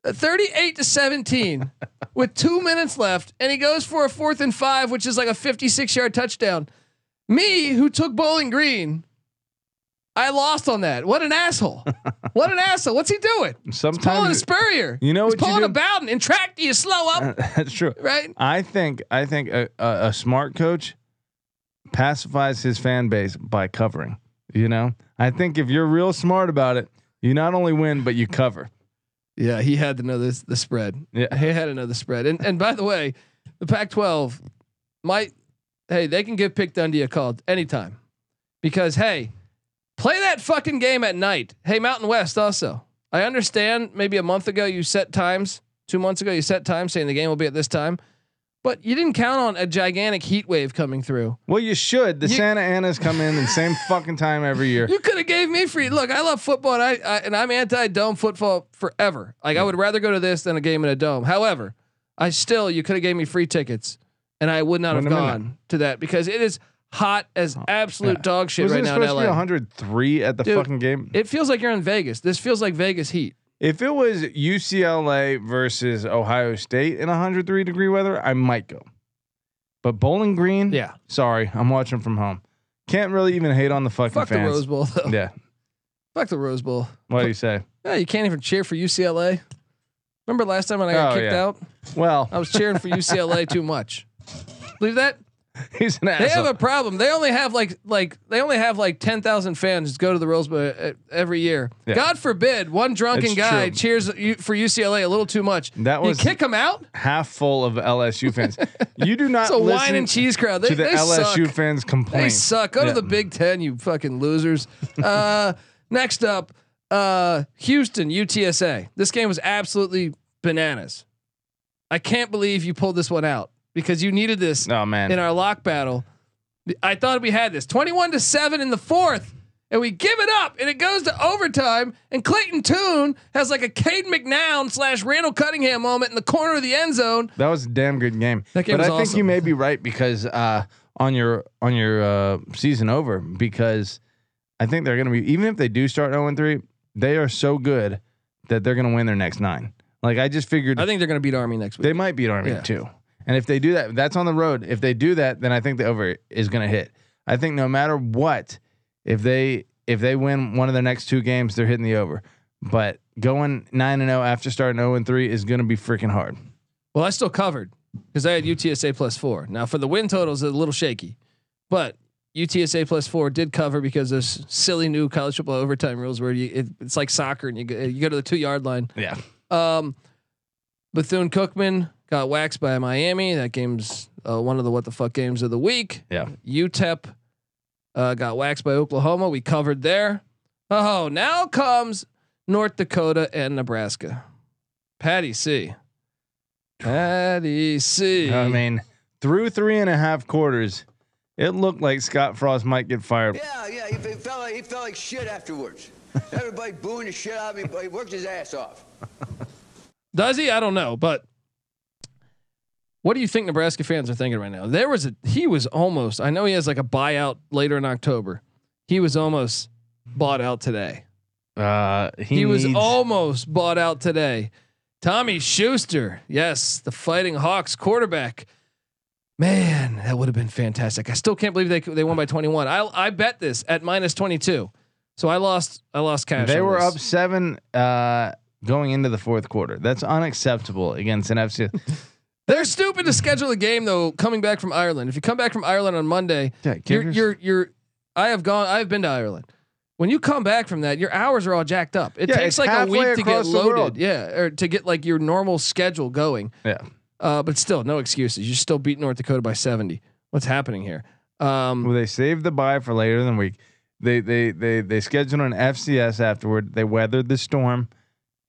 uh, 38 to 17 with two minutes left, and he goes for a fourth and five, which is like a 56 yard touchdown. Me, who took Bowling Green, I lost on that. What an asshole. What an asshole. What's he doing? Pulling a Sometimes Spurrier. You know He's what you pulling a do? Uh, Bowden. In track, do you slow up? that's true. Right? I think I think a, a, a smart coach pacifies his fan base by covering. You know, I think if you're real smart about it, you not only win but you cover. Yeah, he had to know this the spread. Yeah. he had another spread. And and by the way, the Pac-12 might hey they can give Pick Dundee a call anytime because hey, play that fucking game at night. Hey, Mountain West also. I understand maybe a month ago you set times, two months ago you set times saying the game will be at this time, but you didn't count on a gigantic heat wave coming through. Well, you should. The You- Santa Anas come in the same fucking time every year. You could have gave me free. Look, I love football, and I, I and I'm anti dome football forever. Like I would rather go to this than a game in a dome. However, I still you could have gave me free tickets, and I would not Wait have a minute. Oh, gone to that because it is hot as absolute yeah. dog shit Was right it now in supposed to be LA. 103 at the Dude, fucking game? It feels like you're in Vegas. This feels like Vegas heat. If it was UCLA versus Ohio State in 103 degree weather, I might go. But Bowling Green, Yeah. Sorry, I'm watching from home. Can't really even hate on the fucking Fuck the fans. Rose Bowl though. Yeah. Fuck the Rose Bowl. What do you say? Yeah, you can't even cheer for UCLA. Remember last time when I got Oh, kicked yeah. out? Well, I was cheering for UCLA too much. Believe that? he's an They asshole. have a problem. They only have like like they only have like ten thousand fans go to the Rose Bowl uh, every year. Yeah. God forbid one drunken It's guy true. cheers you, for UCLA a little too much. That was- you kick him out. Half full of LSU fans. you do not It's a listen wine and cheese crowd. They, to the they LSU suck. fans complain. They suck. Go Yeah. to the Big Ten, you fucking losers. Uh, next up, uh, Houston UTSA. This game was absolutely bananas. I can't believe you pulled this one out because you needed this Oh man. in our lock battle. I thought we had this 21 to 7 in the fourth, and we give it up, and it goes to overtime. And Clayton Toon has like a Cade McNown slash Randall Cunningham moment in the corner of the end zone. that was a damn good game. That game but was I think awesome. you may be right because uh, on your on your uh, season over because I think they're going to be even if they do start 0 3, they are so good that they're going to win their next 9. Like I just figured I think they're going to beat Army next They week. might beat Army Yeah. too. And if they do that, that's on the road. If they do that, then I think the over is going to hit. I think no matter what, if they if they win one of their next two games, they're hitting the over. But going nine and zero after starting zero and three is going to be freaking hard. well, I still covered because I had UTSA plus four. Now, for the win totals, it's a little shaky, but UTSA plus four did cover because those silly new college football overtime rules where you, it, it's like soccer and you go, you go to the two yard line. Yeah, Um, Bethune Cookman got waxed by Miami. That game's uh, one of the what the fuck games of the week. yeah. UTEP uh, got waxed by Oklahoma. We covered there. Oh, now comes North Dakota and Nebraska. Patty C. Patty C. I mean, through three and a half quarters, it looked like Scott Frost might get fired. Yeah, yeah. He, he felt like he felt like shit afterwards. Everybody booing the shit out of him, but he worked his ass off. Does he? I don't know, but what do you think Nebraska fans are thinking right now? There was a he was almost. I know he has like a buyout later in October. He was almost bought out today. Uh, he He, was needs- almost bought out today. Tommy Schuster, yes, the Fighting Hawks quarterback. Man, that would have been fantastic. I still can't believe they they won by 21. I I bet this at minus 22. So I lost I lost cash. They on were this. up seven uh, going into the fourth quarter. That's unacceptable against an FC. They're stupid to schedule a game though. Coming back from Ireland, if you come back from Ireland on Monday, Yeah, give you're, yours- you're you're. I have gone. I've been to Ireland. When you come back from that, your hours are all jacked up. It Yeah, takes it's like a halfway week to get across the loaded. world. Yeah, or to get like your normal schedule going. Yeah. Uh, but still, no excuses. You still beat North Dakota by 70. What's happening here? Um, Well, they saved the bye for later in the week. They they they they scheduled an FCS afterward. They weathered the storm.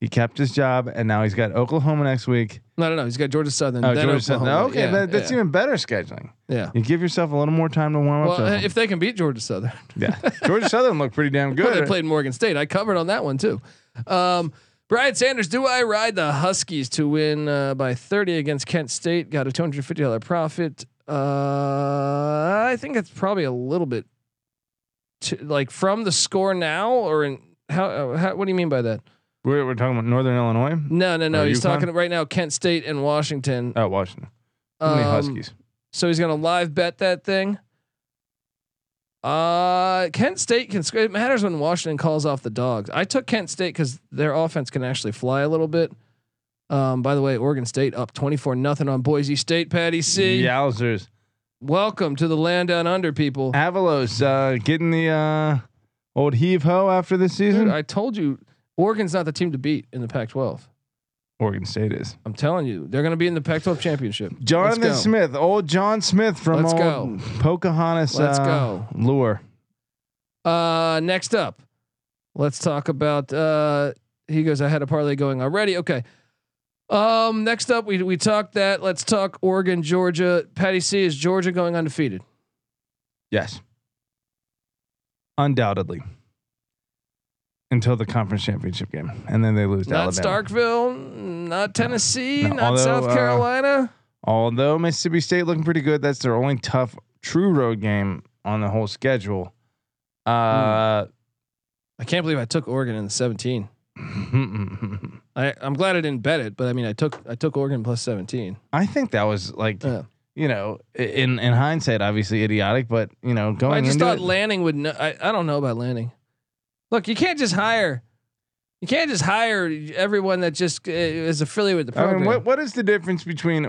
He kept his job, and now he's got Oklahoma next week. no, no, no. He's got Georgia Southern. Oh, then Georgia Southern. Oklahoma. Okay, Yeah, that, that's yeah, even better scheduling. yeah. You give yourself a little more time to warm up. Well, uh, to if they can beat Georgia Southern, them. yeah, Georgia Southern looked pretty damn they good. played Morgan State. I covered on that one too. Um, Brian Sanders, do I ride the Huskies to win uh, by 30 against Kent State? Got a $250 profit. Uh, I think it's probably a little bit too, like from the score now or in how, uh, how what do you mean by that? We're, we're talking about Northern Illinois. No, no, no. Or he's Uh, UConn? talking right now Kent State and Washington. Oh, Washington. How many Um, Huskies? So he's gonna live bet that thing. Uh, Kent State can. sc- It matters when Washington calls off the dogs. I took Kent State because their offense can actually fly a little bit. Um, by the way, Oregon State up twenty four nothing on Boise State. Patty C. Yowzers. Welcome to the land down under, people. Avalos uh, getting the uh, old heave ho after this season. Dude, I told you, Oregon's not the team to beat in the Pac twelve. Oregon State is. I'm telling you, they're gonna be in the Pac twelve championship. Let's Jonathan go. Smith, old John Smith from Let's go. old Pocahontas Let's uh, go. lure. Uh, next up, let's talk about. Uh, he goes. I had a parlay going already. Okay. Um, next up, we we talked that. Let's talk Oregon, Georgia. Patty C is Georgia going undefeated. Yes. Undoubtedly. Until the conference championship game. And then they lose to Not Alabama. Starkville, not Tennessee, No, not although, South uh, Carolina. Although Mississippi State looking pretty good, that's their only tough true road game on the whole schedule. Hmm. Uh, I can't believe I took Oregon in the 17. I I'm glad I didn't bet it, but I mean I took I took Oregon plus 17. I think that was like, Yeah. you know, i- in in hindsight, obviously idiotic, but you know, going I just into thought it, Lanning would. Know, I I don't know about Lanning. Look, you can't just hire. You can't just hire everyone that just uh, is affiliated with the I program. mean, what what is the difference between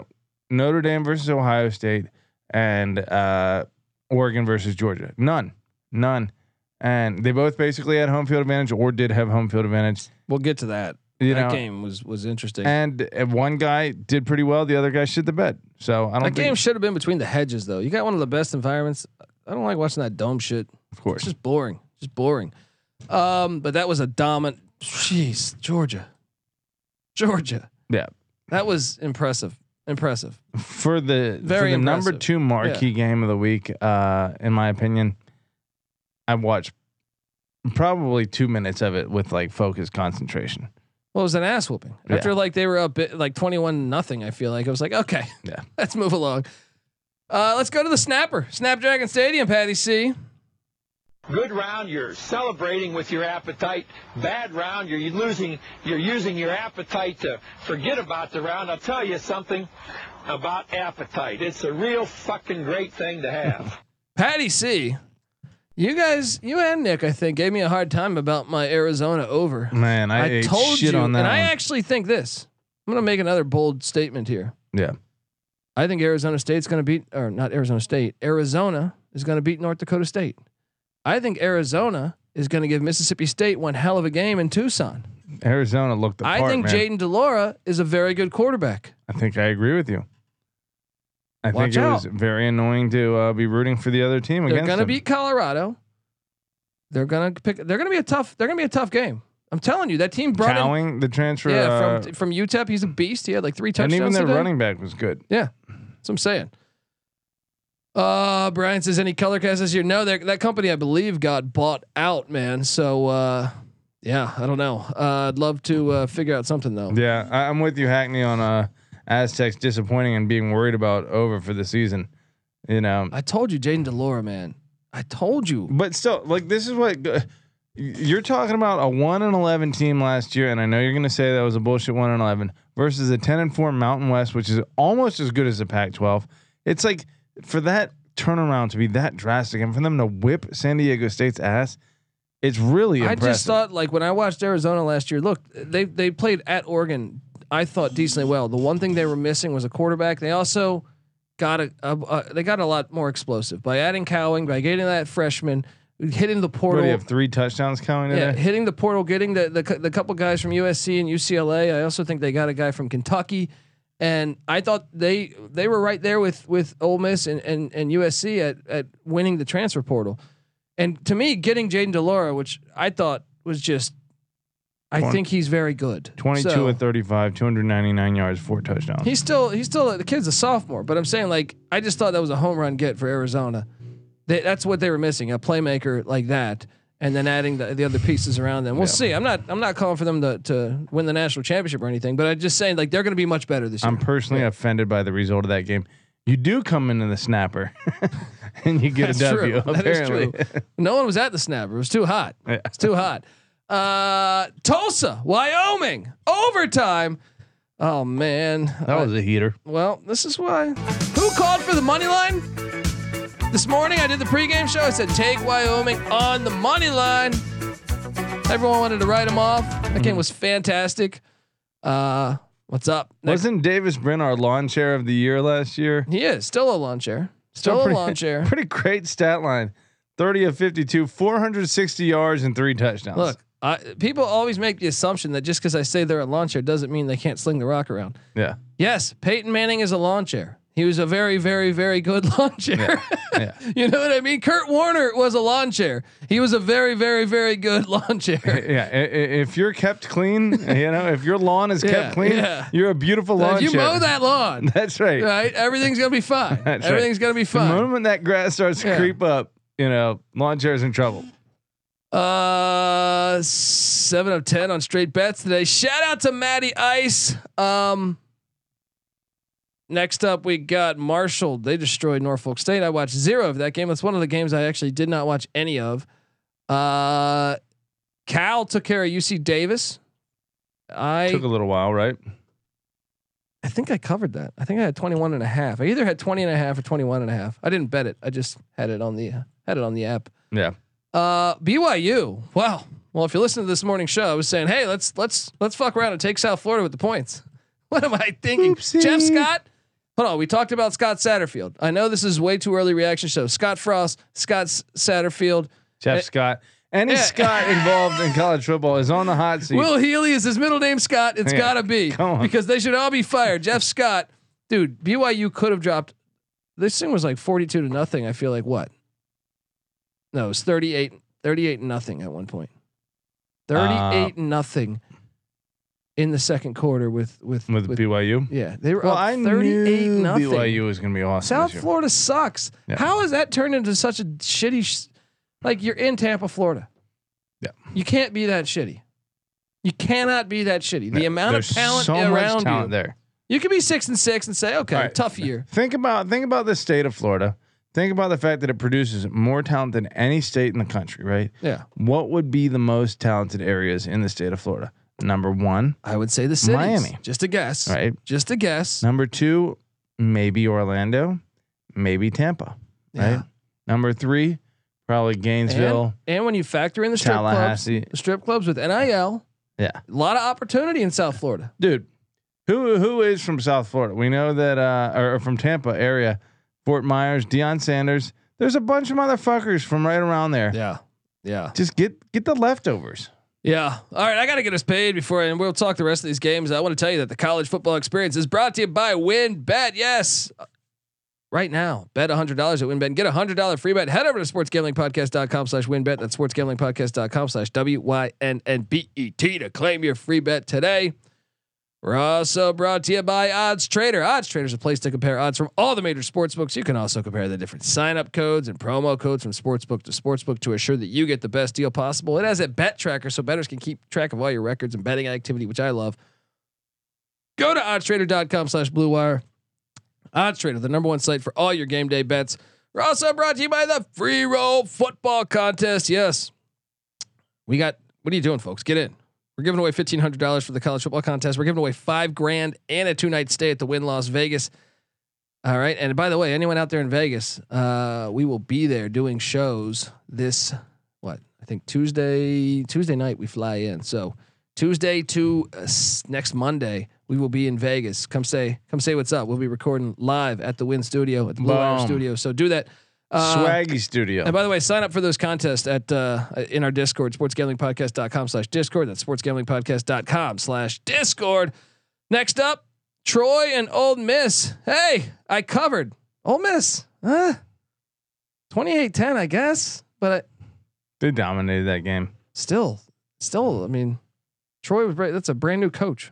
Notre Dame versus Ohio State and uh, Oregon versus Georgia? None, none, and they both basically had home field advantage or did have home field advantage. we'll get to that. You that know, game was was interesting. and uh, one guy did pretty well, the other guy shit the bed. So I don't That think, game should have been between the hedges, though. You got one of the best environments. I don't like watching that dome shit. of It's course, just boring. Just boring. Um, but that was a dominant. Jeez, Georgia, Georgia. yeah. That was impressive. Impressive. For the Very for the number impressive. two marquee game of the week, uh, in my opinion, I watched probably two minutes of it with like focused concentration. Well, it was an ass whooping. Yeah. After like they were up bi- like twenty one nothing, I feel like I was like, okay, Yeah. let's move along. Uh, let's go to the snapper, Snapdragon Stadium, Patty C. Good round, you're celebrating with your appetite. Bad round, you're losing, you're using your appetite to forget about the round. I'll tell you something about appetite. It's a real fucking great thing to have. Patty C. You guys, you and Nick, I think, gave me a hard time about my Arizona over. Man, I, ate shit on that. and I one. actually think this. I'm going to make another bold statement here. Yeah. I think Arizona State's going to beat, or not Arizona State, Arizona is going to beat North Dakota State. I think Arizona is going to give Mississippi State one hell of a game in Tucson. Arizona looked the I part, think man. Jaden Delora is a very good quarterback. I think I agree with you. I Watch think it was out. very annoying to uh, be rooting for the other team They're against going to them. beat Colorado. They're going to pick. They're going to be a tough. They're going to be a tough game. I'm telling you, that team brought in Cowing the transfer, Yeah, uh, from from UTEP, he's a beast. He had like three and touchdowns. even their today. running back was good. That's what I'm saying. Uh, Brian says any color cast this year? No, that that company I believe got bought out, man. So uh, yeah, I don't know. Uh, I'd love to uh, figure out something though. Yeah, I, I'm with you, Hackney, on uh, Aztecs disappointing and being worried about over for the season. You know, I told you, Jaden Delora, man. I told you. but still, like this is what y- you're talking about a one and eleven team last year, and I know you're going to say that was a bullshit one and eleven versus a ten and four Mountain West, which is almost as good as the Pac twelve. It's like for that turnaround to be that drastic, and for them to whip San Diego State's ass, it's really I impressive. just thought like when I watched Arizona last year, look, they they played at Oregon. I thought decently well. The one thing they were missing was a quarterback. They also got a, a, a they got a lot more explosive by adding Cowing, by getting that freshman, hitting the what, do portal, you have three touchdowns counting yeah, today? hitting the portal, getting the, the cou- the couple guys from USC and UCLA. I also think they got a guy from Kentucky. And I thought they they were right there with with Ole Miss and and, and USC at at winning the transfer portal. And to me, getting Jaden Delora, which I thought was just, I Twenty- think he's very good. 22 So- and 35, 299 yards, four touchdowns. He's still he's still the kid's a sophomore, but I'm saying like I just thought that was a home run get for Arizona. They, that's what they were missing, a playmaker like that, and then adding the, the other pieces around them. We'll Yeah. see. I'm not I'm not calling for them to, to win the national championship or anything, but I'm just saying like they're going to be much better this year. I'm personally offended by the result of that game. You do come into the snapper and you get a W. That is apparently. true. No one was at the snapper. It was too hot. Yeah. It's too hot. Uh, Tulsa, Wyoming, overtime. Oh man, That was a heater. Well, this is why. Who called for the money line? This morning I did the pregame show. I said take Wyoming on the money line. Everyone wanted to write them off. That Mm-hmm. game was fantastic. Uh, what's up? Next- Wasn't Davis Brin our lawn chair of the year last year? he is still a lawn chair. Still, pretty, a lawn chair. Pretty great stat line. 30 of 52, 460 yards and three touchdowns. Look, I, people always make the assumption that just because I say they're a lawn chair doesn't mean they can't sling the rock around. Yeah. Yes, Peyton Manning is a lawn chair. He was a very, very, very good lawn chair. Yeah. You know what I mean? Kurt Warner was a lawn chair. He was a very, very, very good lawn chair. Yeah, i- i- if you're kept clean, you know, if your lawn is Yeah, kept clean, yeah. you're a beautiful lawn if you chair. mow that lawn, That's right. right, everything's gonna be fine. That's right. everything's gonna be The fine. moment that grass starts to Yeah. creep up, you know, lawn chair's in trouble. Uh, seven of ten on straight bets today. Shout out to Matty Ice. Um, next up we got Marshall. They destroyed Norfolk State. I watched zero of that game. That's one of the games I actually did not watch any of. Uh, Cal took care of UC Davis. I Took a little while, right? I think I covered that. I think I had 21 and a half. I either had 20 and a half or 21 and a half. I didn't bet it. I just had it on the had it on the app. Yeah. Uh BYU. Wow. Well, if you listen to this morning's show, I was saying, "Hey, let's let's let's fuck around and take South Florida with the points." What am I thinking? Oopsie. Jeff Scott? Hold on, we talked about Scott Satterfield. I know this is way too early reaction show. Scott Frost, Scott S- Satterfield. Jeff Eh. Scott. Any Yeah. Scott involved in college football is on the hot seat. Will Healy is his middle name Scott. It's Yeah, gotta be come on. because they should all be fired. Jeff Scott, dude, BYU could have dropped. This thing was like forty-two to nothing. I feel like what? No, it was 38, 38 nothing at one point. Uh, Thirty-eight nothing in the second quarter with with with, BYU. yeah they were Well, up I thirty-eight knew nothing. BYU was going to be awesome. South this year. Florida sucks. Yeah. How has that turned into such a shitty? Sh- like you're in Tampa, Florida. Yeah. you can't be that shitty. You cannot be that shitty. The Yeah, amount there's of talent so much around talent you. there. You could be six and six and say, okay, All right. tough year. Think about think about the state of Florida. Think about the fact that it produces more talent than any state in the country. Right? Yeah, What would be the most talented areas in the state of Florida? Number one, I would say the cities. Miami. Just a guess. right? Just a guess. Number two, maybe Orlando, maybe Tampa. Yeah. Right. Number three, probably Gainesville, And, and when you factor in the strip clubs, Tallahassee. the strip clubs with NIL, Yeah. a lot of opportunity in South Florida. dude. Who who is from South Florida? We know that uh, or from Tampa area, Fort Myers, Deion Sanders. There's a bunch of motherfuckers from right around there. Yeah, yeah. Just get get the leftovers. Yeah. All right. I got to get us paid before, and we'll talk the rest of these games. I want to tell you that the college football experience is brought to you by WinBet. Yes. Uh, Right now, bet $100 at WinBet and get a $100 free bet. Head over to sportsgamblingpodcast.com slash WinBet. That's sportsgamblingpodcast.com slash W-Y-N-N-B-E-T E to claim your free bet today. We're also brought to you by Odds Trader. Odds Trader is a place to compare odds from all the major sports books. You can also compare the different sign-up codes and promo codes from sportsbook to sportsbook to assure that you get the best deal possible. It has a bet tracker, so bettors can keep track of all your records and betting activity, which I love. Go to oddstrader.com slash blue wire. Odds Trader, the number one site for all your game day bets. We're also brought to you by the free roll football contest. Yes. We got what are you doing, folks? Get in. We're giving away fifteen hundred dollars for the college football contest. We're giving away five grand and a two night stay at the Win Las Vegas. All right. And by the way, anyone out there in Vegas, uh, we will be there doing shows this what? I think Tuesday Tuesday night we fly in. So Tuesday to uh, s- next Monday, we will be in Vegas. Come say come say what's up. We'll be recording live at the Win Studio at the Blue Wire Boom. Studio. So do that. Uh, Swaggy Studio. And by the way, sign up for those contests at uh, in our Discord, sportsgamblingpodcast.com slash Discord. That's sportsgamblingpodcast.com slash Discord. Next up, Troy and Old Miss. Hey, I covered Ole Miss. Huh? 28-10, I guess, but I, They dominated that game. still, still, I mean, Troy was right. That's a brand new coach.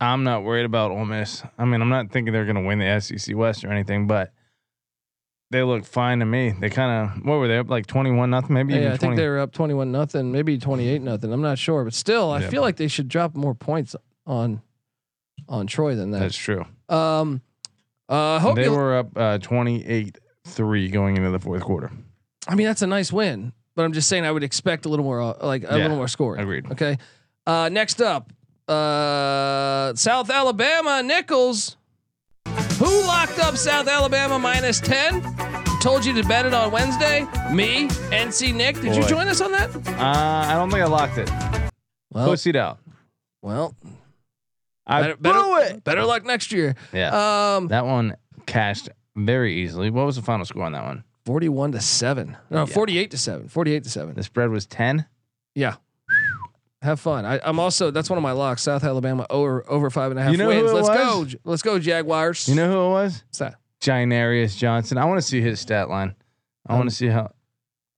I'm not worried about Ole Miss. I mean, I'm not thinking they're going to win the SEC West or anything, but they look fine to me. They kind of what were they up like 21 nothing, maybe Yeah, even I 20. think they were up twenty-one nothing, maybe twenty-eight nothing. I'm not sure, but still, I Yeah. feel like they should drop more points on on Troy than that. That's true. Um, uh, hope they you. were up uh, 28 three going into the fourth quarter. I mean, that's a nice win, but I'm just saying I would expect a little more, uh, like a Yeah, little more scoring. agreed. Okay. Uh, next up, uh, South Alabama Nichols. Who locked up South Alabama minus ten? Told you to bet it on Wednesday. Me, NC Nick. Did you Boy. join us on that? Uh, I don't think I locked it. Well, Pussied out. well, I better, blew better, it. better luck next year. Yeah, Um, that one cashed very easily. What was the final score on that one? forty-one to seven. No, Yeah. forty-eight to seven. Forty-eight to seven. The spread was 10. Yeah. Have fun. I, I'm also that's one of my locks. South Alabama over over five and a half You know who wins. it Let's go. was? J- Let's go Jaguars. You know who it was? What's that? Ginarius Johnson. I want to see his stat line. I want Um, to see how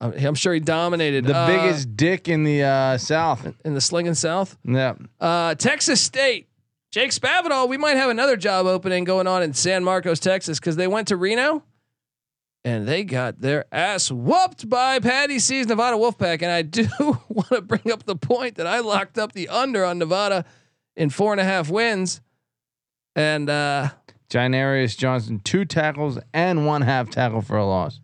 I'm, I'm sure he dominated the Uh, biggest dick in the uh, South. in the slinging South. Yeah. Uh, Texas State. Jake Spavital. We might have another job opening going on in San Marcos, Texas, because they went to Reno and they got their ass whooped by Patty C's Nevada Wolfpack. And I do want to bring up the point that I locked up the under on Nevada in four and a half wins. And uh, Ginarius Johnson, two tackles and one half tackle for a loss.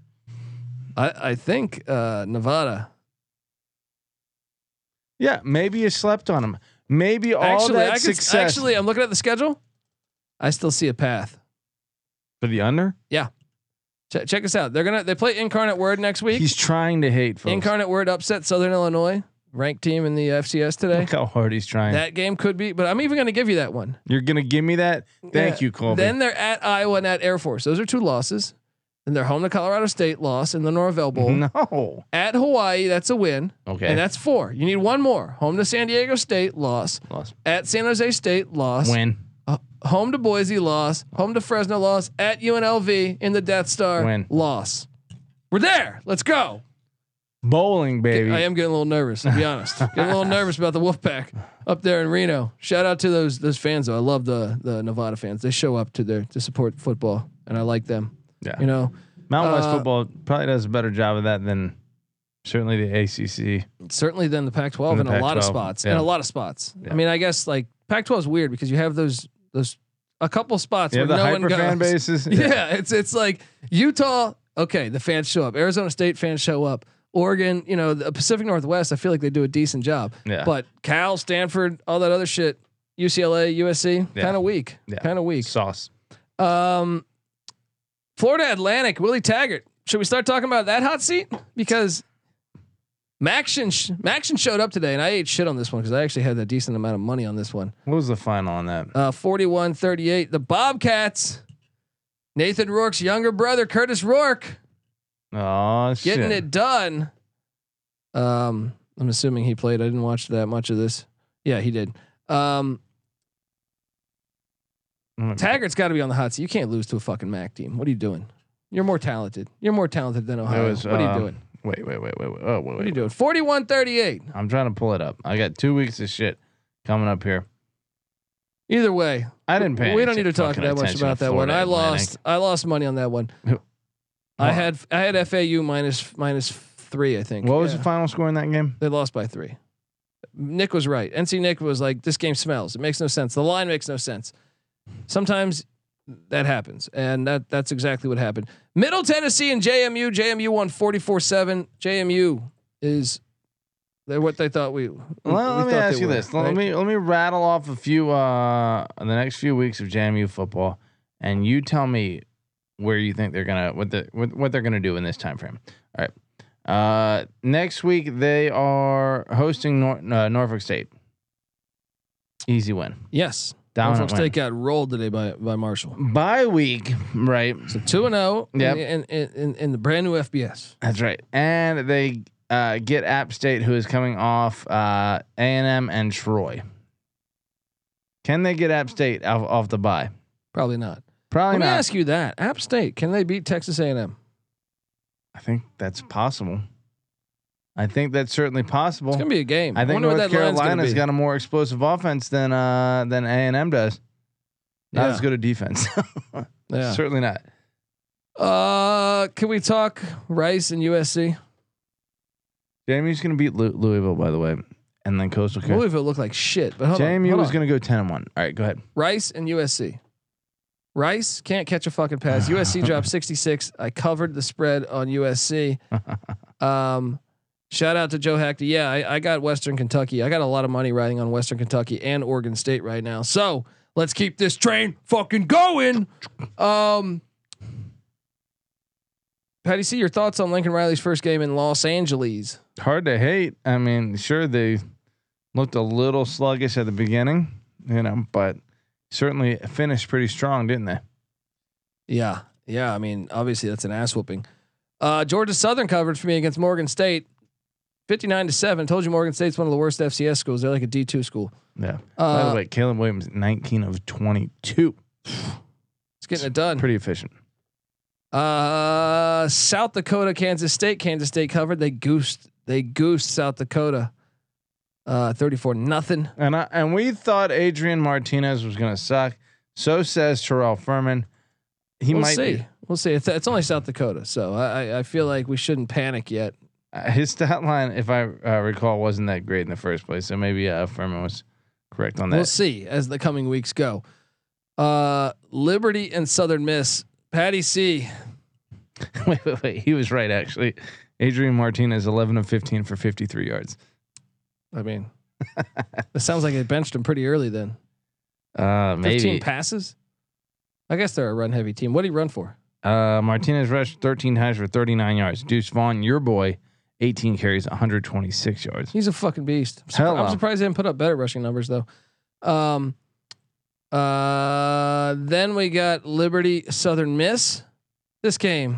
I, I think uh, Nevada. Yeah, maybe you slept on him. Maybe all actually, that I could, success actually, I'm looking at the schedule. I still see a path. for the under. Check, check us out. They're gonna they play Incarnate Word next week. He's trying to hate folks. Incarnate Word upset Southern Illinois, ranked team in the FCS today. Look how hard he's trying. That game could be, but I'm even gonna give you that one. You're gonna give me that? Thank Yeah. you, Colby. Then they're at Iowa and at Air Force. Those are two losses. Then they're home to Colorado State, loss in the Norvell Bowl. no. At Hawaii, that's a win, Okay. and that's four. You need one more. Home to San Diego State, loss. loss. At San Jose State, loss. Win. Uh, home to Boise, loss. Home to Fresno, loss. At UNLV in the Death Star, Win. loss. We're there. Let's go. Bowling, baby. I am getting a little nervous, to be honest. getting a little nervous about the Wolfpack up there in Reno. Shout out to those those fans though. I love the the Nevada fans. They show up to their to support football, and I like them. Yeah. You know, Mountain West uh, football probably does a better job of that than certainly the ACC. certainly than the Pac-12 in Than a the lot of Pac-12, spots. yeah. In a lot of spots. Yeah. I mean, I guess like Pac-12 is weird because you have those those a couple spots You have where the no one hyper goes. fan bases. Yeah. it's it's like Utah. Okay, the fans show up. Arizona State fans show up. Oregon, you know, the Pacific Northwest. I feel like they do a decent job. Yeah. But Cal, Stanford, all that other shit, UCLA, USC, Yeah. kind of weak. Yeah. Kind of weak. Sauce. Um, Florida Atlantic, Willie Taggart. Should we start talking about that hot seat? Because Maxion sh- Maxion showed up today, and I ate shit on this one because I actually had a decent amount of money on this one What was the final on that? uh, 41 38. The Bobcats, Nathan Rourke's younger brother, Curtis Rourke, Oh shit. Uh, getting it done. Um, I'm assuming he played. I didn't watch that much of this. Yeah, he did. Um, Mm. Taggart's got to be on the hot seat. You can't lose to a fucking MAC team. What are you doing? You're more talented. You're more talented than That Ohio. was, what are uh, you doing? Wait, wait, wait, wait, wait. Oh, wait, What are you wait. doing? 41 38. I'm trying to pull it up. I got two weeks of shit coming up here. Either way, I didn't pay. we any don't need to talk fucking that much attention to about that one. Florida I Atlantic. lost. I lost money on that one. Who- I Wow. had I had FAU minus minus three. I think. What was Yeah. the final score in that game? They lost by three. Nick was right. NC Nick was like, this game smells. It makes no sense. The line makes no sense. Sometimes that happens. And that that's exactly what happened. Middle Tennessee and JMU. JMU won 44 7. JMU is they're what they thought we. we- we Well, let me thought ask they you were, this. right? Let me let me rattle off a few uh the next few weeks of JMU football, and you tell me where you think they're gonna what the what, what they're gonna do in this time frame. All right. Uh, next week they are hosting Nor- uh, Norfolk State. Easy win. Yes. Dominant Norfolk State got rolled today by by Marshall. win. Bye week, right? So 2 and 0 in, Yep. in, in, in, in the brand new FBS. That's right. And they uh, get App State, who is coming off uh, A&M and Troy. Can they get App State off, off the bye? Probably not. Probably Let me not. ask you that: App State can they beat Texas A&M? I think that's possible. I think that's certainly possible. It's gonna be a game. I think wonder what North that line's gonna Carolina's be. got a more explosive offense than uh, than A and M does. Not Yeah. as good a defense. Yeah. certainly not. Uh, can we talk Rice and USC? Jamie's going to beat Lu- Louisville, by the way, and then Coastal Carolina. Louisville looked like shit, but hold on, Jamie hold was on. going to go ten and one. All right, go ahead. Rice and USC. Rice can't catch a fucking pass. USC dropped 66. I covered the spread on USC. Um, shout out to Joe Hackney. Yeah, I, I got Western Kentucky. I got a lot of money riding on Western Kentucky and Oregon State right now. So let's keep this train fucking going. Um, Patty, see your thoughts on Lincoln Riley's first game in Los Angeles. Hard to hate. I mean, sure they looked a little sluggish at the beginning, you know, but certainly finished pretty strong, didn't they? Yeah, yeah. I mean, obviously that's an ass whooping. Uh, Georgia Southern covered for me against Morgan State, fifty-nine to seven. Told you Morgan State's one of the worst FCS schools. They're like a D two school. Yeah. By Uh, the way, Caleb Williams, nineteen of twenty-two, it's getting it done. pretty efficient. Uh, South Dakota, Kansas State. Kansas State covered. They goosed. They goosed South Dakota. Uh, thirty-four nothing. And I, and we thought Adrian Martinez was going to suck. So says Terrell Furman. He We'll might. see. be- We'll see. It's, it's only South Dakota, so I, I- I feel like we shouldn't panic yet. uh, his stat line, if I uh, recall, wasn't that great in the first place. So maybe uh, Furman was correct on that. We'll see as the coming weeks go. Uh, Liberty and Southern Miss. Patty C. wait, wait, wait. He was right actually. Adrian Martinez, eleven of fifteen for fifty-three yards. I mean, it sounds like they benched him pretty early then. Uh, 15 maybe. passes? I guess they're a run heavy team. What do you run for? Uh, Martinez rushed thirteen times for thirty-nine yards. Deuce Vaughn, your boy, eighteen carries, one hundred twenty-six yards. He's a fucking beast. I'm, surpri- Hello. I'm surprised they didn't put up better rushing numbers though. Um, uh, then we got Liberty Southern Miss. This game,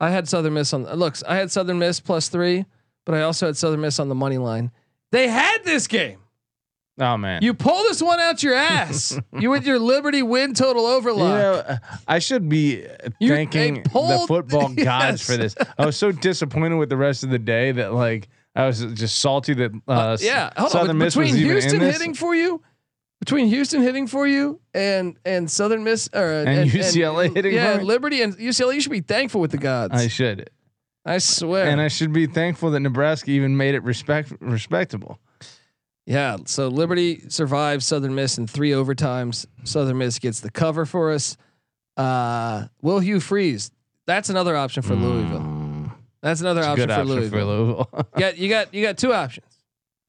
I had Southern Miss on. Looks, I had Southern Miss plus three, but I also had Southern Miss on the money line. They had this game. Oh man. You pull this one out your ass. you with your Liberty win total You overlock. know, uh, I should be uh, You- they thanking the pulled- football gods Yes. for this. I was so disappointed with the rest of the day that like I was just salty that uh, Uh, yeah, hold Southern on. Miss between was even Houston in this. hitting for you, between Houston hitting for you, and and Southern Miss or uh, and, UCLA hitting yeah, for and me? Liberty and UCLA. You should be thankful with the gods. I should, I swear. and I should be thankful that Nebraska even made it respect respectable. yeah. So Liberty survives Southern Miss in three overtimes. Southern Miss gets the cover for us. Uh, Will Hugh freeze? That's another option for Louisville. Mm, That's another it's a option, good for, option Louisville. for Louisville. You got you got you got two options,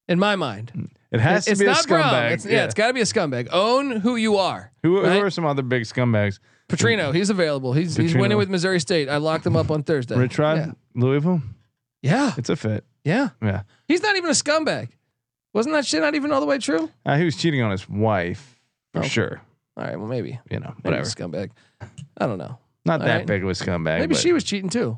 in my mind. it has to it's be a not Brown. scumbag. It's, yeah. it's got to be a scumbag. Own who you are. who, who right? are some other big scumbags? Petrino, he's available. He's he's Petrino. winning with Missouri State. I locked him up on Thursday. Rich Rod, Louisville. Yeah. yeah, It's a fit. yeah. Yeah, He's not even a scumbag. Wasn't that shit not even all the way true? uh, he was cheating on his wife for Oh. sure. All right, well maybe, You know, maybe whatever. a scumbag. I don't know. Not All that right. big of a scumbag. Maybe but- she was cheating too.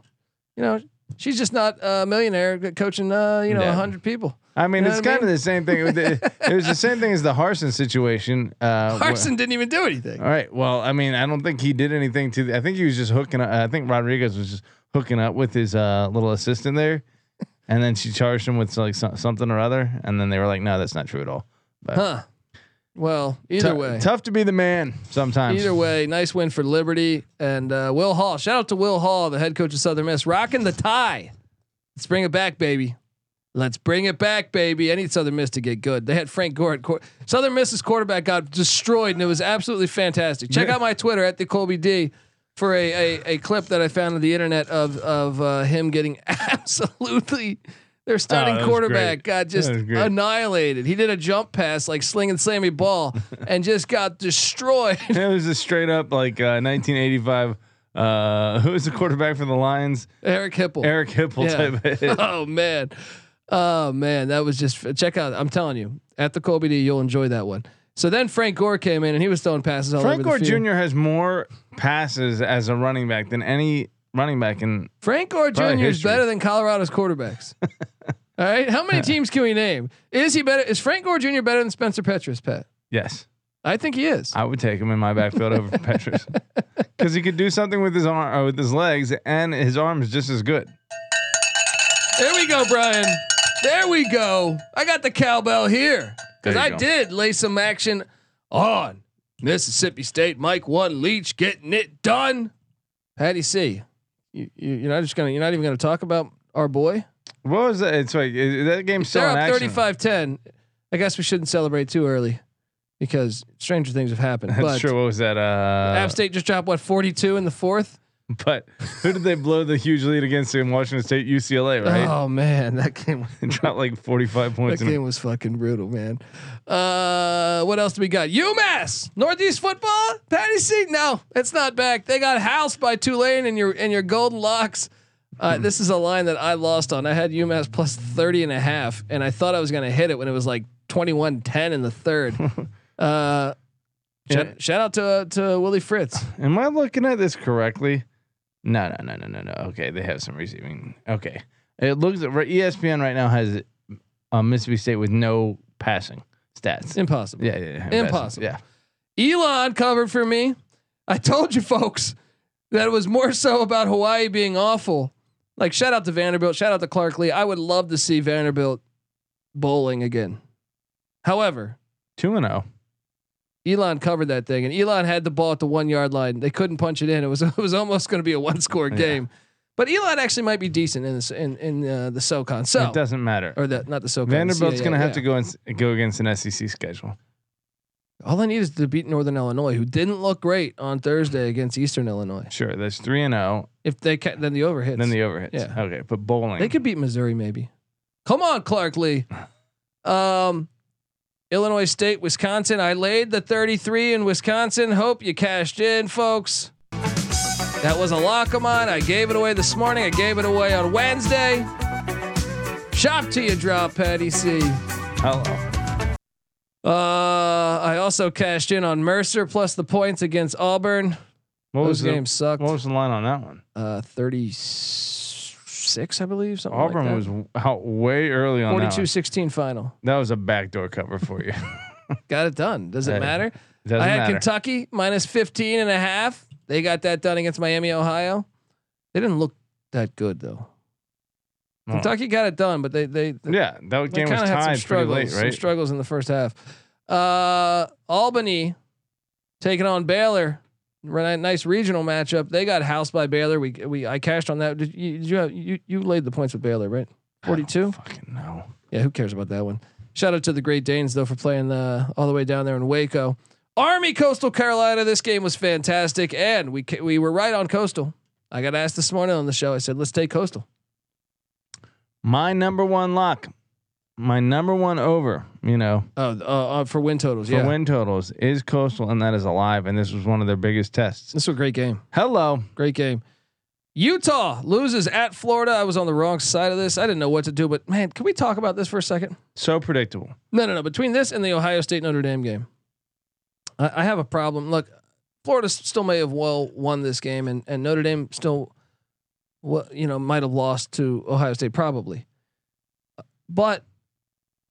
You know, she's just not a millionaire coaching uh, you know a Yeah. hundred people. I mean, You know it's what I kind of mean? the same thing. with the- It was the same thing as the Harson situation. Uh, wh- Carson didn't even do anything. all right. Well, I mean, I don't think he did anything to. The, I think he was just hooking up. I think Rodriguez was just hooking up with his uh, little assistant there, and then she charged him with like so, something or other, and then they were like, "No, that's not true at all." But Huh. Well, either tou- way. tough to be the man sometimes. Either way, nice win for Liberty and uh, Will Hall. Shout out to Will Hall, the head coach of Southern Miss, rocking the tie. Let's bring it back, baby. Let's bring it back, baby. I need Southern Miss to get good. They had Frank Gore at quar- Southern Miss's quarterback got destroyed, and it was absolutely fantastic. Check Yeah. out my Twitter at the Colby D for a, a a clip that I found on the internet of of uh, him getting absolutely their starting Oh, that was quarterback great. got just That was great. annihilated. He did a jump pass like slinging Sammy Ball and just got destroyed. It was a straight up like uh, 1985. Uh, who was the quarterback for the Lions? Eric Hipple. Eric Hipple Yeah. type. Of hit. Oh man. Oh man, that was just check out. I'm telling you, at the Colby D, you'll enjoy that one. So then Frank Gore came in and he was throwing passes all Frank over Gore the field. Jr. has more passes as a running back than any running back in. Frank Gore Probably Jr. is history. better than Colorado's quarterbacks. all right, how many teams can we name? Is he better? Is Frank Gore Jr. better than Spencer Petras? Pat, Yes, I think he is. I would take him in my backfield over Petrus because he could do something with his arm, or with his legs, and his arm is just as good. There we go, Brian. There we go. I got the cowbell here because There you I go. did lay some action on Mississippi State. Mike One Leach getting it done. Patty C, you, you, you're not just gonna you're not even gonna talk about our boy. What was that? It's like is that game still They're in up 35-10. action. I guess we shouldn't celebrate too early because stranger things have happened. That's but true. What was that? Uh, App State just dropped what 42 in the fourth. but who did they blow the huge lead against in Washington State? UCLA, right? Oh man, that game. They dropped like forty-five points. That In game was fucking brutal, man. Uh, what else do we got? UMass, Northeast football. Patty C. No, it's not back. They got housed by Tulane and your and your Golden Locks. Hmm. Uh, this is a line that I lost on. I had UMass plus 30 and a half, and I thought I was going to hit it when it was like 21 10 in the third. Uh, shout, Yeah. shout out to uh, to Willie Fritz. Am I looking at this correctly? No, no, no, no, no, no. Okay, they have some receiving. Okay, it looks E at ESPN right now has uh, Mississippi State with no passing stats. Impossible. Yeah, yeah, yeah. passing. Impossible. Yeah, Elon covered for me. I told you folks that it was more so about Hawaii being awful. Like shout out to Vanderbilt, shout out to Clark Lee. I would love to see Vanderbilt bowling again. However, two and oh. zero. Elon covered that thing, and Elon had the ball at the one yard line. They couldn't punch it in. It was it was almost going to be a one score Yeah. game. But Elon actually might be decent in this in in uh, the SoCon. So It doesn't matter. or the not the SoCon. the Vanderbilt's CAA, going to have yeah. to go and go against an SEC schedule. All I need is to beat Northern Illinois, who didn't look great on Thursday against Eastern Illinois. Sure, that's three and zero. If they ca- then the over hits. Then the overhits. Yeah. Okay, but bowling. They could beat Missouri, maybe. Come on, Clark Lee. Um, Illinois State, Wisconsin. I laid the 33 in Wisconsin. Hope you cashed in, folks. That was a lock of mine. I gave it away this morning. I gave it away on Wednesday. Shop till you drop, Patty C. Hello. Uh, I also cashed in on Mercer plus the points against Auburn. What Those was games the, sucked. What was the line on that one? Uh, 36, I believe. Something like Auburn that. was w- out way early on that. 42 One. 16 final. That was a backdoor cover for you. got it done. Does it Hey, matter? doesn't I had matter. Kentucky minus 15 and a half. They got that done against Miami, Ohio. They didn't look that good though. No. Kentucky got it done, but they they, they Yeah, that game kind was of had some tied pretty struggles, late, some right? struggles in the first half. Uh, Albany taking on Baylor. Ran a Nice regional matchup. They got housed by Baylor. We we I cashed on that. Did you did you, have, you you laid the points with Baylor, right? Forty two. Fucking no. Yeah, who cares about that one? Shout out to the Great Danes though for playing uh, all the way down there in Waco. Army Coastal Carolina. This game was fantastic, and we ca- we were right on Coastal. I got asked this morning on the show. I said, "Let's take Coastal." My number one lock, my number one over, you know, Oh, uh, uh, for win totals. for yeah, win totals is Coastal, and that is alive. And this was one of their biggest tests. this was a great game. Hello. Great game. Utah loses at Florida. I was on the wrong side of this. I didn't know what to do, but man, can we talk about this for a second? So predictable. No, no, no. Between this and the Ohio State Notre Dame game, I, I have a problem. Look, Florida s- still may have well won this game, and and Notre Dame still, well, you know, might have lost to Ohio State probably, but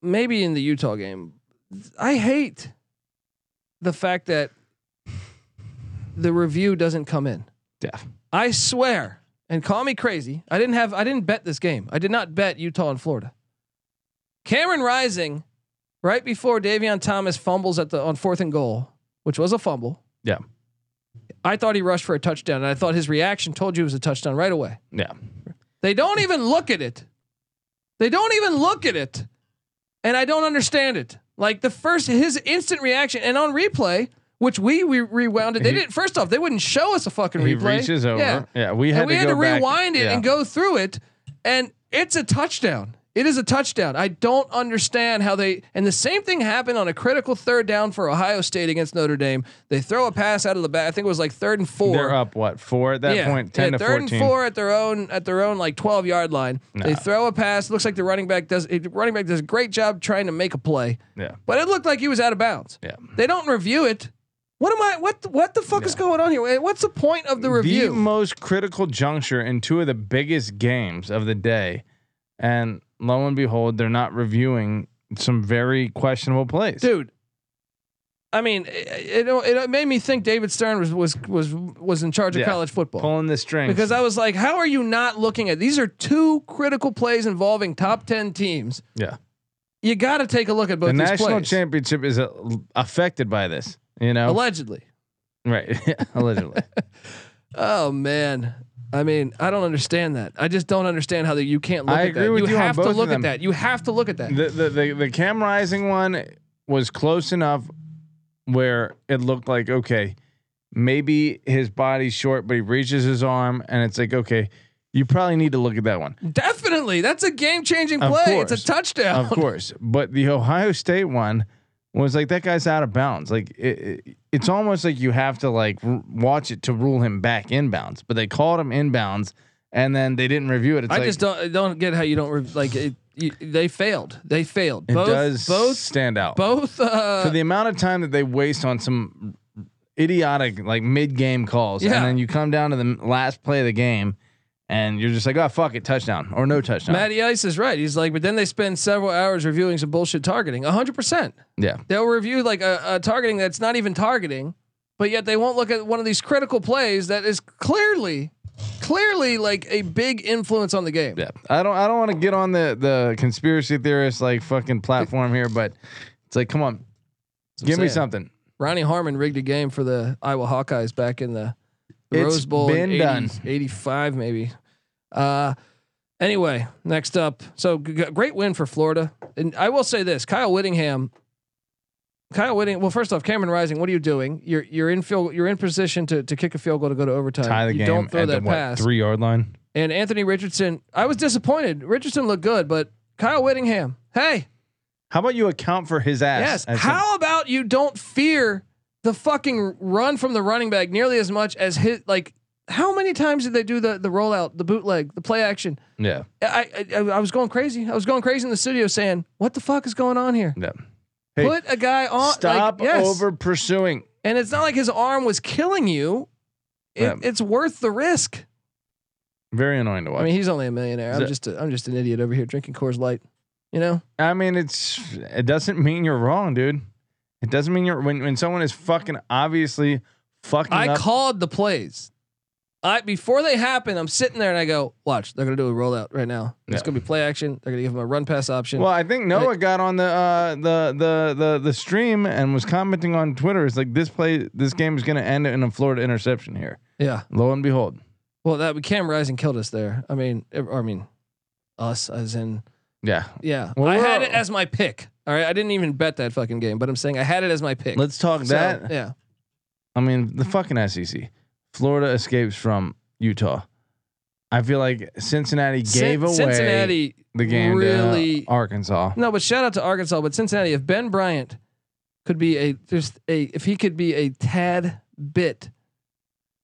maybe in the Utah game, I hate the fact that the review doesn't come in. Yeah. I swear, and call me crazy. I didn't have I didn't bet this game. I did not bet Utah and Florida. Cameron Rising, right before Davion Thomas fumbles at the on fourth and goal, which was a fumble. Yeah. I thought he rushed for a touchdown, and I thought his reaction told you it was a touchdown right away. Yeah. They don't even look at it. They don't even look at it. And I don't understand it. Like the first his instant reaction and on replay, which we we rewound it. They He- didn't first off, they wouldn't show us a fucking He replay. reaches over. Yeah Yeah. we had and we to had go to back. rewind it Yeah. and go through it and it's a touchdown it is a touchdown i don't understand how they and the same thing happened on a critical third down for ohio state against notre dame they throw a pass out of the back i think it was like third and 4 They're uh, up what four at that point, ten yeah, to third fourteen. and four at their own at their own like twelve yard line. They Nah. throw a pass. Looks like the running back does. eh, Running back does a great job trying to make a play, Yeah, but it looked like he was out of bounds. yeah. They don't review it. What am I? What what the fuck is going on here? Eh, What's the point of the review? The most critical juncture in two of the biggest games of the day, and lo and behold, they're not reviewing some very questionable plays. dude. I mean, eh, it, it it made me think David Stern was was was was in charge of Yeah. college football Pulling the strings. because I was like, how are you not looking at these are two critical plays involving top ten teams? yeah. You got to take a look at both the these national plays. championship is uh, l- affected by this. You know, allegedly. right? Allegedly, Oh man. I mean, I don't understand that. I just don't understand how that you can't look I at agree that. with you on have both to of look them. at that. You have to look at that. the, the the the camerizing one was close enough where it looked like okay, maybe his body's short, but he reaches his arm, and it's like okay, you probably need to look at that one, Definitely. That's a game changing Of play. It's course. a touchdown. of course. But the Ohio State one was like that guy's out of bounds. Like it, it- it's almost like you have to like r- watch it to rule him back inbounds, but they called him inbounds. And then they didn't review it. It's I like, just don't I don't get how you don't re- like it, you, they failed. They failed. It both does both stand out. both uh For the amount of time that they waste on some idiotic like mid-game calls, Yeah. and then you come down to the m- last play of the game, and you're just like, oh fuck it, touchdown or no touchdown. Matty Ice is right. He's like, but then they spend several hours reviewing some bullshit targeting. hundred percent. yeah, They'll review like a, a targeting that's not even targeting, but yet they won't look at one of these critical plays that is clearly, clearly like a big influence on the game. yeah. I don't, I don't want to get on the the conspiracy theorist like fucking platform here, but it's like, come on, That's what I'm give me saying. something. Ronnie Harmon rigged a game for the Iowa Hawkeyes back in the, the It's Rose Bowl in been done. 80, 85 maybe. Uh, anyway, next up. So g- g- great win for Florida. And I will say this, Kyle Whittingham Kyle Whittingham, well first off Cameron Rising, what are you doing? You're you're in field you're in position to, to kick a field goal to go to overtime. Tie the you game don't throw at that the what, pass. three yard line. And Anthony Richardson, I was disappointed. Richardson looked good, but Kyle Whittingham, hey, How about you account for his ass? yes. as a- How about you don't fear the fucking run from the running back nearly as much as hit? Like, how many times did they do the the rollout, the bootleg, the play action? yeah, I I, I was going crazy. I was going crazy in the studio saying, "What the fuck is going on here?" yeah. Hey, Put a guy on. Stop Uh, like, yes. over pursuing. And it's not like his arm was killing you. It, Yeah. It's worth the risk. Very annoying to watch. I mean, he's only a millionaire. I'm Is it- just a, I'm just an idiot over here drinking Coors Light. You know. I mean, it's it doesn't mean you're wrong, dude. It doesn't mean you're when when someone is fucking obviously fucking I up. called the plays. I before they happen, I'm sitting there and I go, "Watch, they're gonna do a rollout right now. It's Yeah. gonna be play action. They're gonna give him a run pass option." well, I think Noah got on the uh, the the the the stream and was commenting on Twitter. It's like this play, this game is going to end in a Florida interception here. yeah. Lo and behold, Well, that Cam Rising killed us there. I mean, ev- or, I mean, us as in yeah. yeah. Well, I we're- had it as my pick. All right, I didn't even bet that fucking game, but I'm saying I had it as my pick. Let's talk So, that. yeah. I mean, the fucking SEC. Florida escapes from Utah. I feel like Cincinnati gave Cin- away Cincinnati the game really to Arkansas. No, but shout out to Arkansas, but Cincinnati. If Ben Bryant could be a just a if he could be a tad bit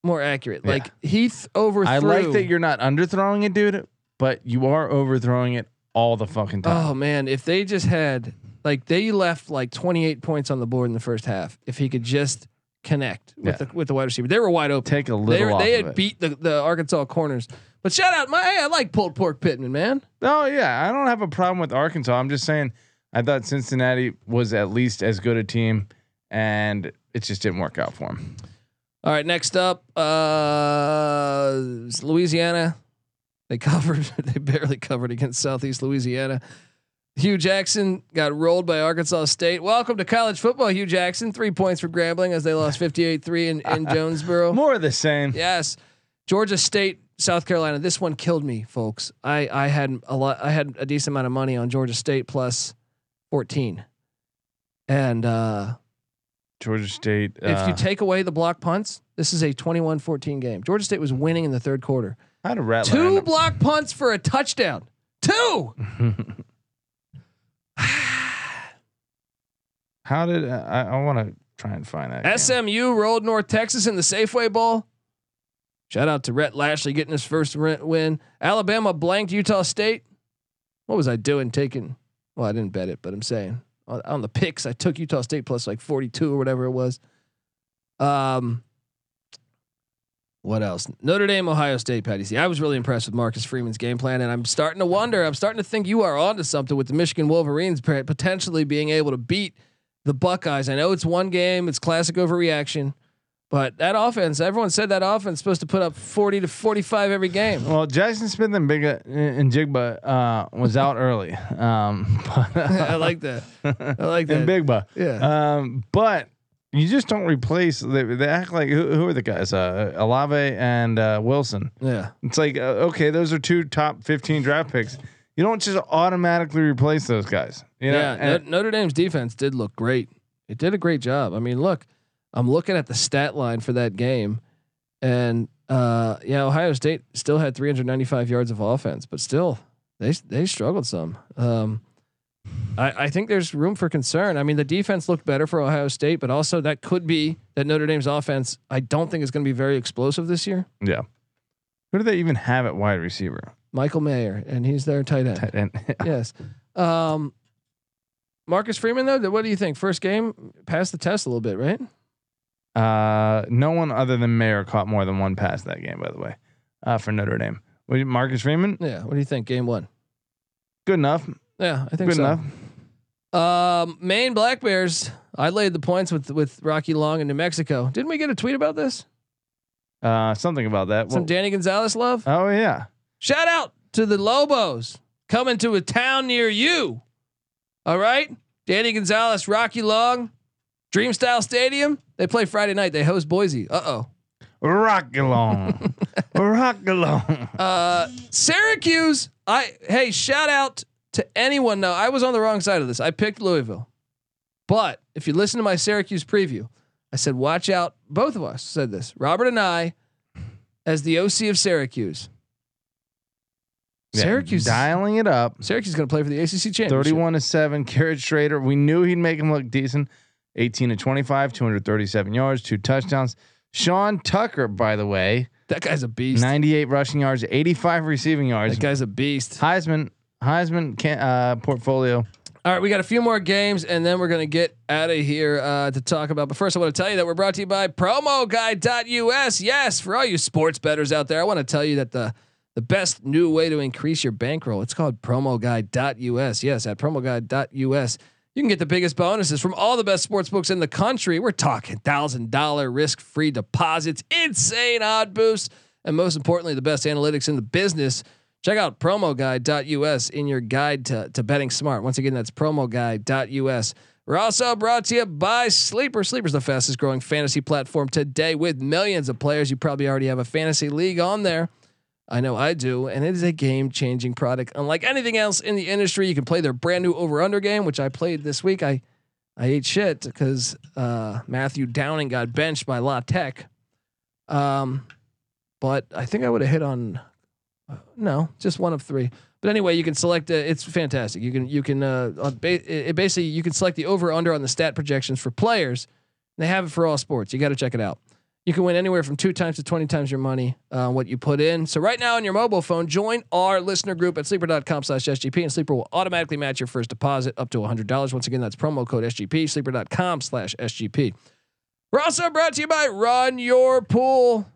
more accurate, Yeah. like he th- overthrew. I like that you're not underthrowing it, dude, but you are overthrowing it all the fucking time. Oh man, if they just had like they left like 28 points on the board in the first half. If he could just connect with Yeah. the with the wide receiver, they were wide open. Take a little They, were- off they of had it. beat the the Arkansas corners. But shout out my hey, I like pulled pork Pittman, man. No, Oh, yeah, I don't have a problem with Arkansas. I'm just saying, I thought Cincinnati was at least as good a team, and it just didn't work out for them. All right, next up, uh, is Louisiana. They covered. They barely covered against Southeast Louisiana. Hugh Jackson got rolled by Arkansas State. Welcome to college football, Hugh Jackson. Three points for Grambling as they lost 58-3 in, in Jonesboro. More of the same. Yes, Georgia State, South Carolina. This one killed me, folks. I I had a lot. I had a decent amount of money on Georgia State plus 14, and uh, Georgia State. Uh, if you take away the block punts, this is a 21-14 game. Georgia State was winning in the third quarter. I had a rat Two lineup. block punts for a touchdown. Two. How did uh, I? I want to try and find that. game. SMU rolled North Texas in the Safeway Bowl. Shout out to Rhett Lashley getting his first rent win. Alabama blanked Utah State. What was I doing taking? Well, I didn't bet it, but I'm saying on, on the picks I took Utah State plus like 42 or whatever it was. Um, what else? Notre Dame, Ohio State, Patty. See, I was really impressed with Marcus Freeman's game plan, and I'm starting to wonder. I'm starting to think you are onto something with the Michigan Wolverines pre- potentially being able to beat the Buckeyes. I know it's one game, it's classic overreaction, but that offense, everyone said that offense is supposed to put up 40 to 45 every game. Well, Jackson Smith and Big uh, and Jigba uh, was out early. Um, but, I like that. I like that. and Bigba. Yeah. Um, but you just don't replace. They, they act like who, who are the guys? Uh, Alave and uh, Wilson. yeah. It's like uh, okay, those are two top fifteen draft picks. You don't just automatically replace those guys. You know? yeah, And- No- Notre Dame's defense did look great. It did a great job. I mean, look, I'm looking at the stat line for that game, and uh, yeah, Ohio State still had 395 yards of offense, but still they they struggled some. Um, I, I think there's room for concern. I mean, the defense looked better for Ohio State, but also that could be that Notre Dame's offense. I don't think is going to be very explosive this year. yeah. Who do they even have at wide receiver? Michael Mayer, and he's their tight end. And yes. Um, Marcus Freeman, though, th- what do you think? First game, passed the test a little bit, right? uh, no one other than Mayer caught more than one pass that game. By the way, uh, for Notre Dame, Was it Marcus Freeman, Yeah. What do you think? Game one. good enough. Yeah, I think Good so. enough. Um, Maine Black Bears. I laid the points with with Rocky Long in New Mexico. Didn't we get a tweet about this? Uh, something about that. Some Danny Gonzalez love. Well, oh yeah. Shout out to the Lobos coming to a town near you. All right. Danny Gonzalez, Rocky Long, Dream Style Stadium. They play Friday night. They host Boise. Uh oh. Rock along. Rock along. Uh, Syracuse. I hey, shout out to anyone. No, I was on the wrong side of this. I picked Louisville, but if you listen to my Syracuse preview, I said watch out. Both of us said this. Robert and I, as the OC of Syracuse. Yeah, Syracuse. dialing it up. Syracuse is going to play for the ACC championship. Thirty-one to seven. Carrot Schrader. We knew he'd make him look decent. Eighteen to twenty-five. Two hundred thirty-seven yards. Two touchdowns. Sean Tucker, by the way, That guy's a beast. ninety-eight rushing yards, eighty-five receiving yards. That guy's a beast. Heisman. Heisman can, uh, portfolio. All right, we got a few more games, and then we're going to get out of here uh, to talk about. But first, I want to tell you that we're brought to you by PromoGuide.us. Yes, for all you sports bettors out there, I want to tell you that the the best new way to increase your bankroll it's called PromoGuide.us. Yes, at PromoGuide.us, you can get the biggest bonuses from all the best sports books in the country. We're talking thousand dollar risk free deposits, insane odd boosts, and most importantly, the best analytics in the business. Check out promoguide.us in your guide to, to betting smart. Once again, that's promoguide.us. We're also brought to you by Sleeper. Sleeper's the fastest growing fantasy platform today with millions of players. You probably already have a fantasy league on there. I know I do, and it is a game changing product. Unlike anything else in the industry, you can play their brand new over under game, which I played this week. I I ate shit because uh, Matthew Downing got benched by La Tech. Um, but I think I would have hit on no, just one of three. But anyway, you can select. Uh, it's fantastic. You can you can uh, on ba- it, it basically you can select the over under on the stat projections for players. And they have it for all sports. You got to check it out. You can win anywhere from two times to twenty times your money uh, what you put in. So right now on your mobile phone, join our listener group at sleeper.com/sgp, and Sleeper will automatically match your first deposit up to hundred dollars. Once again, that's promo code SGP. Sleeper.com/sgp. We're also brought to you by Run Your Pool,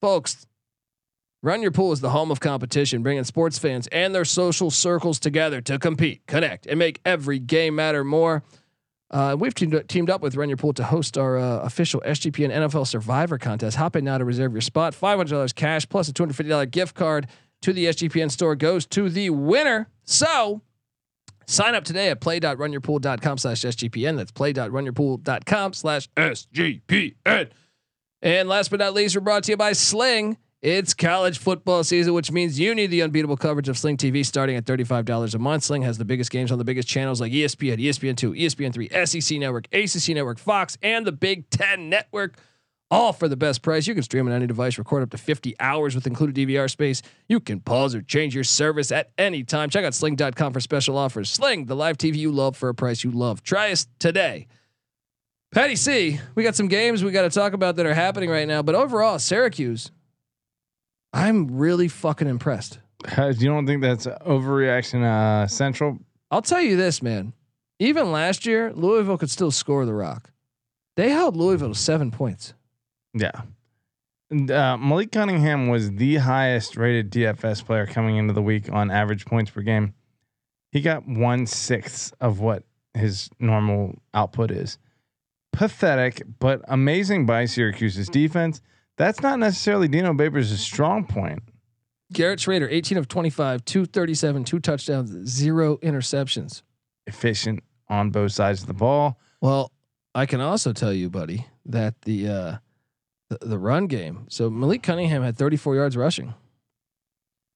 folks. Run Your Pool is the home of competition, bringing sports fans and their social circles together to compete, connect, and make every game matter more. Uh, we've teamed, teamed up with Run Your Pool to host our uh, official SGP and NFL Survivor contest. Hop in now to reserve your spot. $500 cash plus a $250 gift card to the SGPN store goes to the winner. So sign up today at play.runyourpool.com slash SGPN. That's play.runyourpool.com slash SGPN. And last but not least, we're brought to you by Sling. It's college football season, which means you need the unbeatable coverage of Sling TV starting at $35 a month. Sling has the biggest games on the biggest channels like E ESPN, ESPN2, ESPN3, SEC E Network, ACC Network, Fox, and the Big Ten Network, all for the best price. You can stream on any device, record up to 50 hours with included DVR space. You can pause or change your service at any time. Check out sling.com for special offers. Sling, the live TV you love for a price you love. Try us today. Patty C, we got some games we got to talk about that are happening right now, but overall, Syracuse, I'm really fucking impressed. Guys, you don't think that's overreaction uh, central? I'll tell you this, man. Even last year, Louisville could still score the rock. They held Louisville to seven points. Yeah. And, uh, Malik Cunningham was the highest rated DFS player coming into the week on average points per game. He got one sixth of what his normal output is. Pathetic, but amazing by Syracuse's defense. That's not necessarily Dino Babers' strong point. Garrett Schrader, 18 of 25, 237, two touchdowns, zero interceptions. Efficient on both sides of the ball. Well, I can also tell you, buddy, that the uh the, the run game. So Malik Cunningham had 34 yards rushing.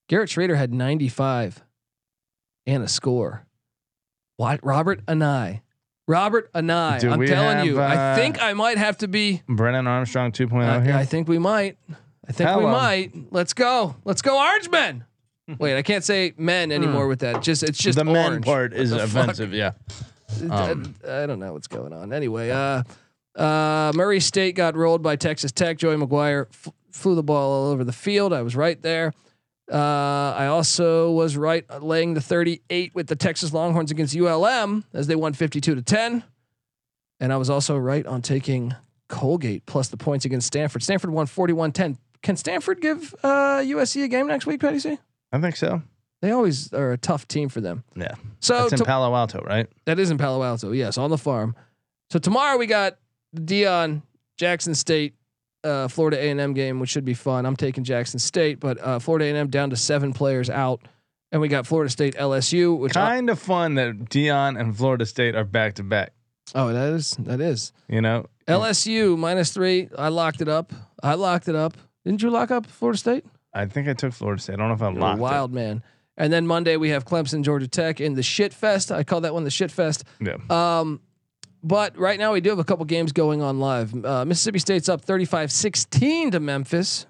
Garrett Schrader had 95 and a score. What Robert Anai. Robert Anai. Do I'm we telling you, have, I uh, think I might have to be Brennan Armstrong 2.0 I, here. I think we might. I think we Hello. might. Let's go. Let's go, orange men. Wait, I can't say men anymore with that. Just it's just Hmm. the orange. man part is the fuck? offensive. Yeah. Um, I, I don't know what's going on. Anyway, uh, uh, Murray State got rolled by Texas Tech. Joey McGuire f- flew the ball all over the field. I was right there. Uh, I also was right uh, laying the 38 with the Texas Longhorns against ULM as they won 52 to 10. And I was also right on taking Colgate plus the points against Stanford. Stanford won 41 10. Can Stanford give uh, USC a game next week, Patty C? I think so. They always are a tough team for them. Yeah. So It's in to- Palo Alto, right? that is in Palo Alto. Yes, on the farm. So tomorrow we got the Dion Jackson State, uh, Florida A and M game, which should be fun. I'm taking Jackson State, but uh, Florida A and M down to seven players out, and we got Florida State LSU, which I, Kind of fun that Dion and Florida State are back to back. oh that is that is You know, LSU minus three. I locked it up. I locked it up. Didn't you lock up Florida State? I think I took Florida State. I don't know if I You're locked a wild man. And then Monday we have Clemson, Georgia Tech in the shit fest. I call that one the shit fest. it. Yeah. Um, but right now we do have a couple games going on live. Uh, Mississippi State's up 35-16 to Memphis,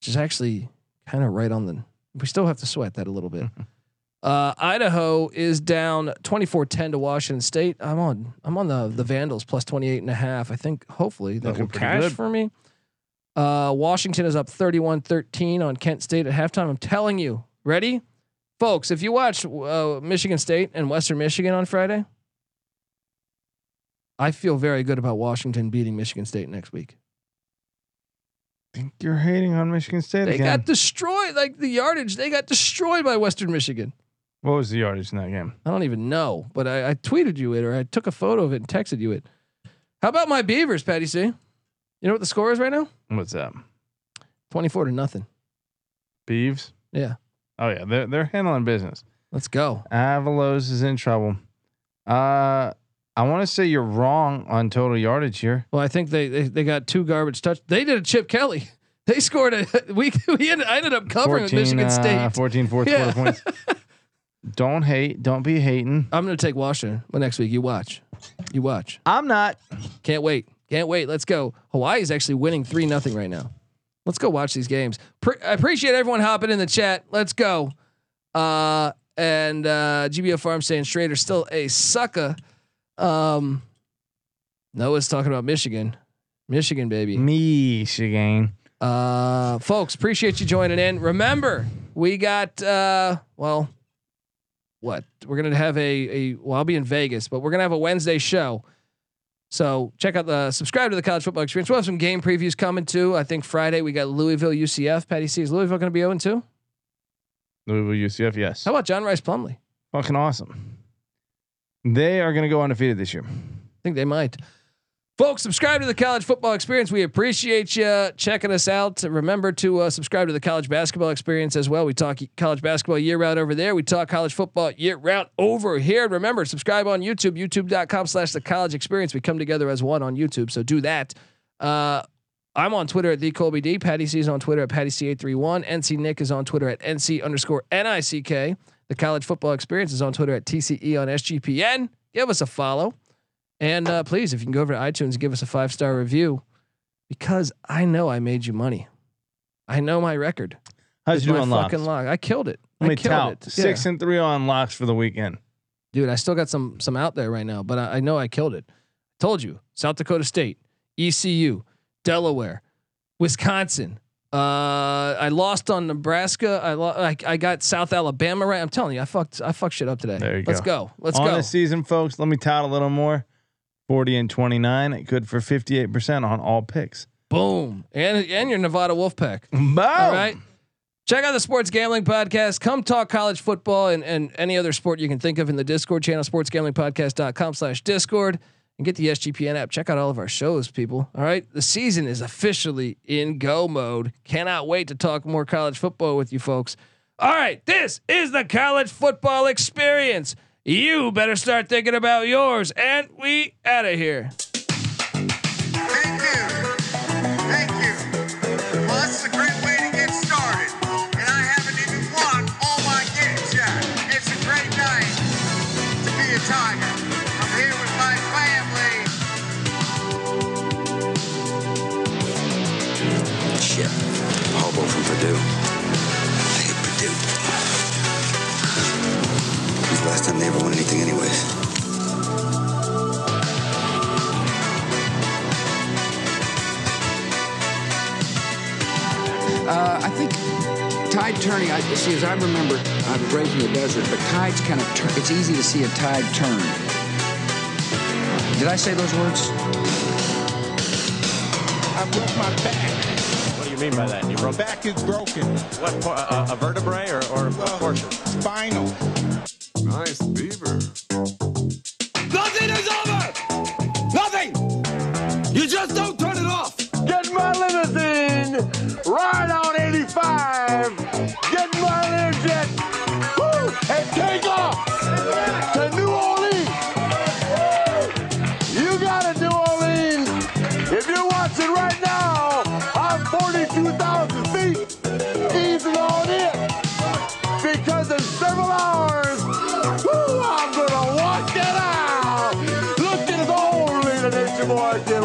which is actually kind of right on the. We still have to sweat that a little bit. Uh, Idaho is down 24-10 to Washington State. I'm on I'm on the the Vandals plus 28 and a half. I think hopefully that Looking will pretty cash good. for me. Uh, Washington is up 31-13 on Kent State at halftime. I'm telling you. Ready? Folks, if you watch uh, Michigan State and Western Michigan on Friday, I feel very good about Washington beating Michigan State next week. I think you're hating on Michigan State They again. got destroyed, like the yardage, they got destroyed by Western Michigan. what was the yardage in that game? I don't even know, but I, I tweeted you it or I took a photo of it and texted you it. How about my Beavers, Patty C? You know what the score is right now? What's up, 24 to nothing. Beeves? Yeah. Oh yeah, they're they're handling business. Let's go. Avalos is in trouble. Uh, I want to say you're wrong on total yardage here. Well, I think they they, they got two garbage touch. They did a Chip Kelly. They scored a we, we ended, I ended up covering with Michigan uh, State. 14 fourth Yeah. quarter points. Don't hate. Don't be hating. I'm gonna take Washington Well, next week. You watch. You watch. I'm not. Can't wait. Can't wait. Let's go. Hawaii is actually winning 3 nothing right now. Let's go watch these games. Pre- I appreciate everyone hopping in the chat. Let's go. Uh, and uh, GBO Farm saying Schrader's still a sucker. Um, Noah's talking about Michigan. Michigan, baby. Michigan. Uh, folks, appreciate you joining in. Remember, we got uh, well, what we're gonna have a a well, I'll be in Vegas, but we're gonna have a Wednesday show. So check out the subscribe to the College Football Experience. We'll have some game previews coming too. I think Friday we got Louisville UCF. Patty C is Louisville gonna be 0 2? Louisville UCF. Yes. How about John Rice Plumley? Fucking awesome. They are going to go undefeated this year. I think they might. Folks, subscribe to the College Football Experience. We appreciate you checking us out. Remember to uh, subscribe to the College Basketball Experience as well. We talk college basketball year round over there. We talk college football year round over here. And remember, subscribe on YouTube, youtube.com slash the college experience. We come together as one on YouTube, so do that. Uh, I'm on Twitter at the Colby D. Patty C is on Twitter at Patty C831. NC Nick is on Twitter at NC underscore NICK. The College Football Experience is on Twitter at TCE on SGPN. Give us a follow. And uh, please, if you can go over to iTunes and give us a five star review, because I know I made you money. I know my record. How'd you do My on locks? fucking log. I killed it. Let I me killed it. tout. Yeah. Six and three on locks for the weekend. Dude, I still got some some out there right now, but I, I know I killed it. Told you, South Dakota State, ECU, Delaware, Wisconsin. Uh, I lost on Nebraska. I, lo- I I got South Alabama right. I'm telling you, I fucked I fucked shit up today. There you Let's go. go. Let's on go. the season, folks, let me tout a little more. 40 and 29, good for 58% on all picks. Boom. And and your Nevada Wolfpack. Boom. All right. Check out the Sports Gambling Podcast. Come talk college football and, and any other sport you can think of in the Discord channel, sportsgamblingpodcast.com slash Discord, and get the SGPN app. Check out all of our shows, people. All right. The season is officially in go mode. Cannot wait to talk more college football with you folks. All right. This is the college football experience. You better start thinking about yours, and we out of here. Thank you. Thank you. Well, that's a great way to get started. And I haven't even won all my games yet. It's a great night to be a Tiger. I'm here with my family. Shit. Hobo from Purdue. I hate Purdue. When's the last time they ever won anything, anyways? Uh, I think tide turning. I see, as I remember, I'm brave from the desert, but tides kind of turn. It's easy to see a tide turn. Did I say those words? I broke my back. What do you mean by that? You broke Back is broken. what? por- A, a- a vertebrae or, or a portion? Spinal. Nice beaver. Nothing is over! Nothing! You just don't turn it off! Get my limousine. Ride on 85. Get my Learjet. Woo! And take off to New Orleans. You got it, New Orleans. If you're watching right now, I'm 42,000 feet. Easing on in. Because in several hours, woo, I'm going to walk that out. Look at it only the nature boy did.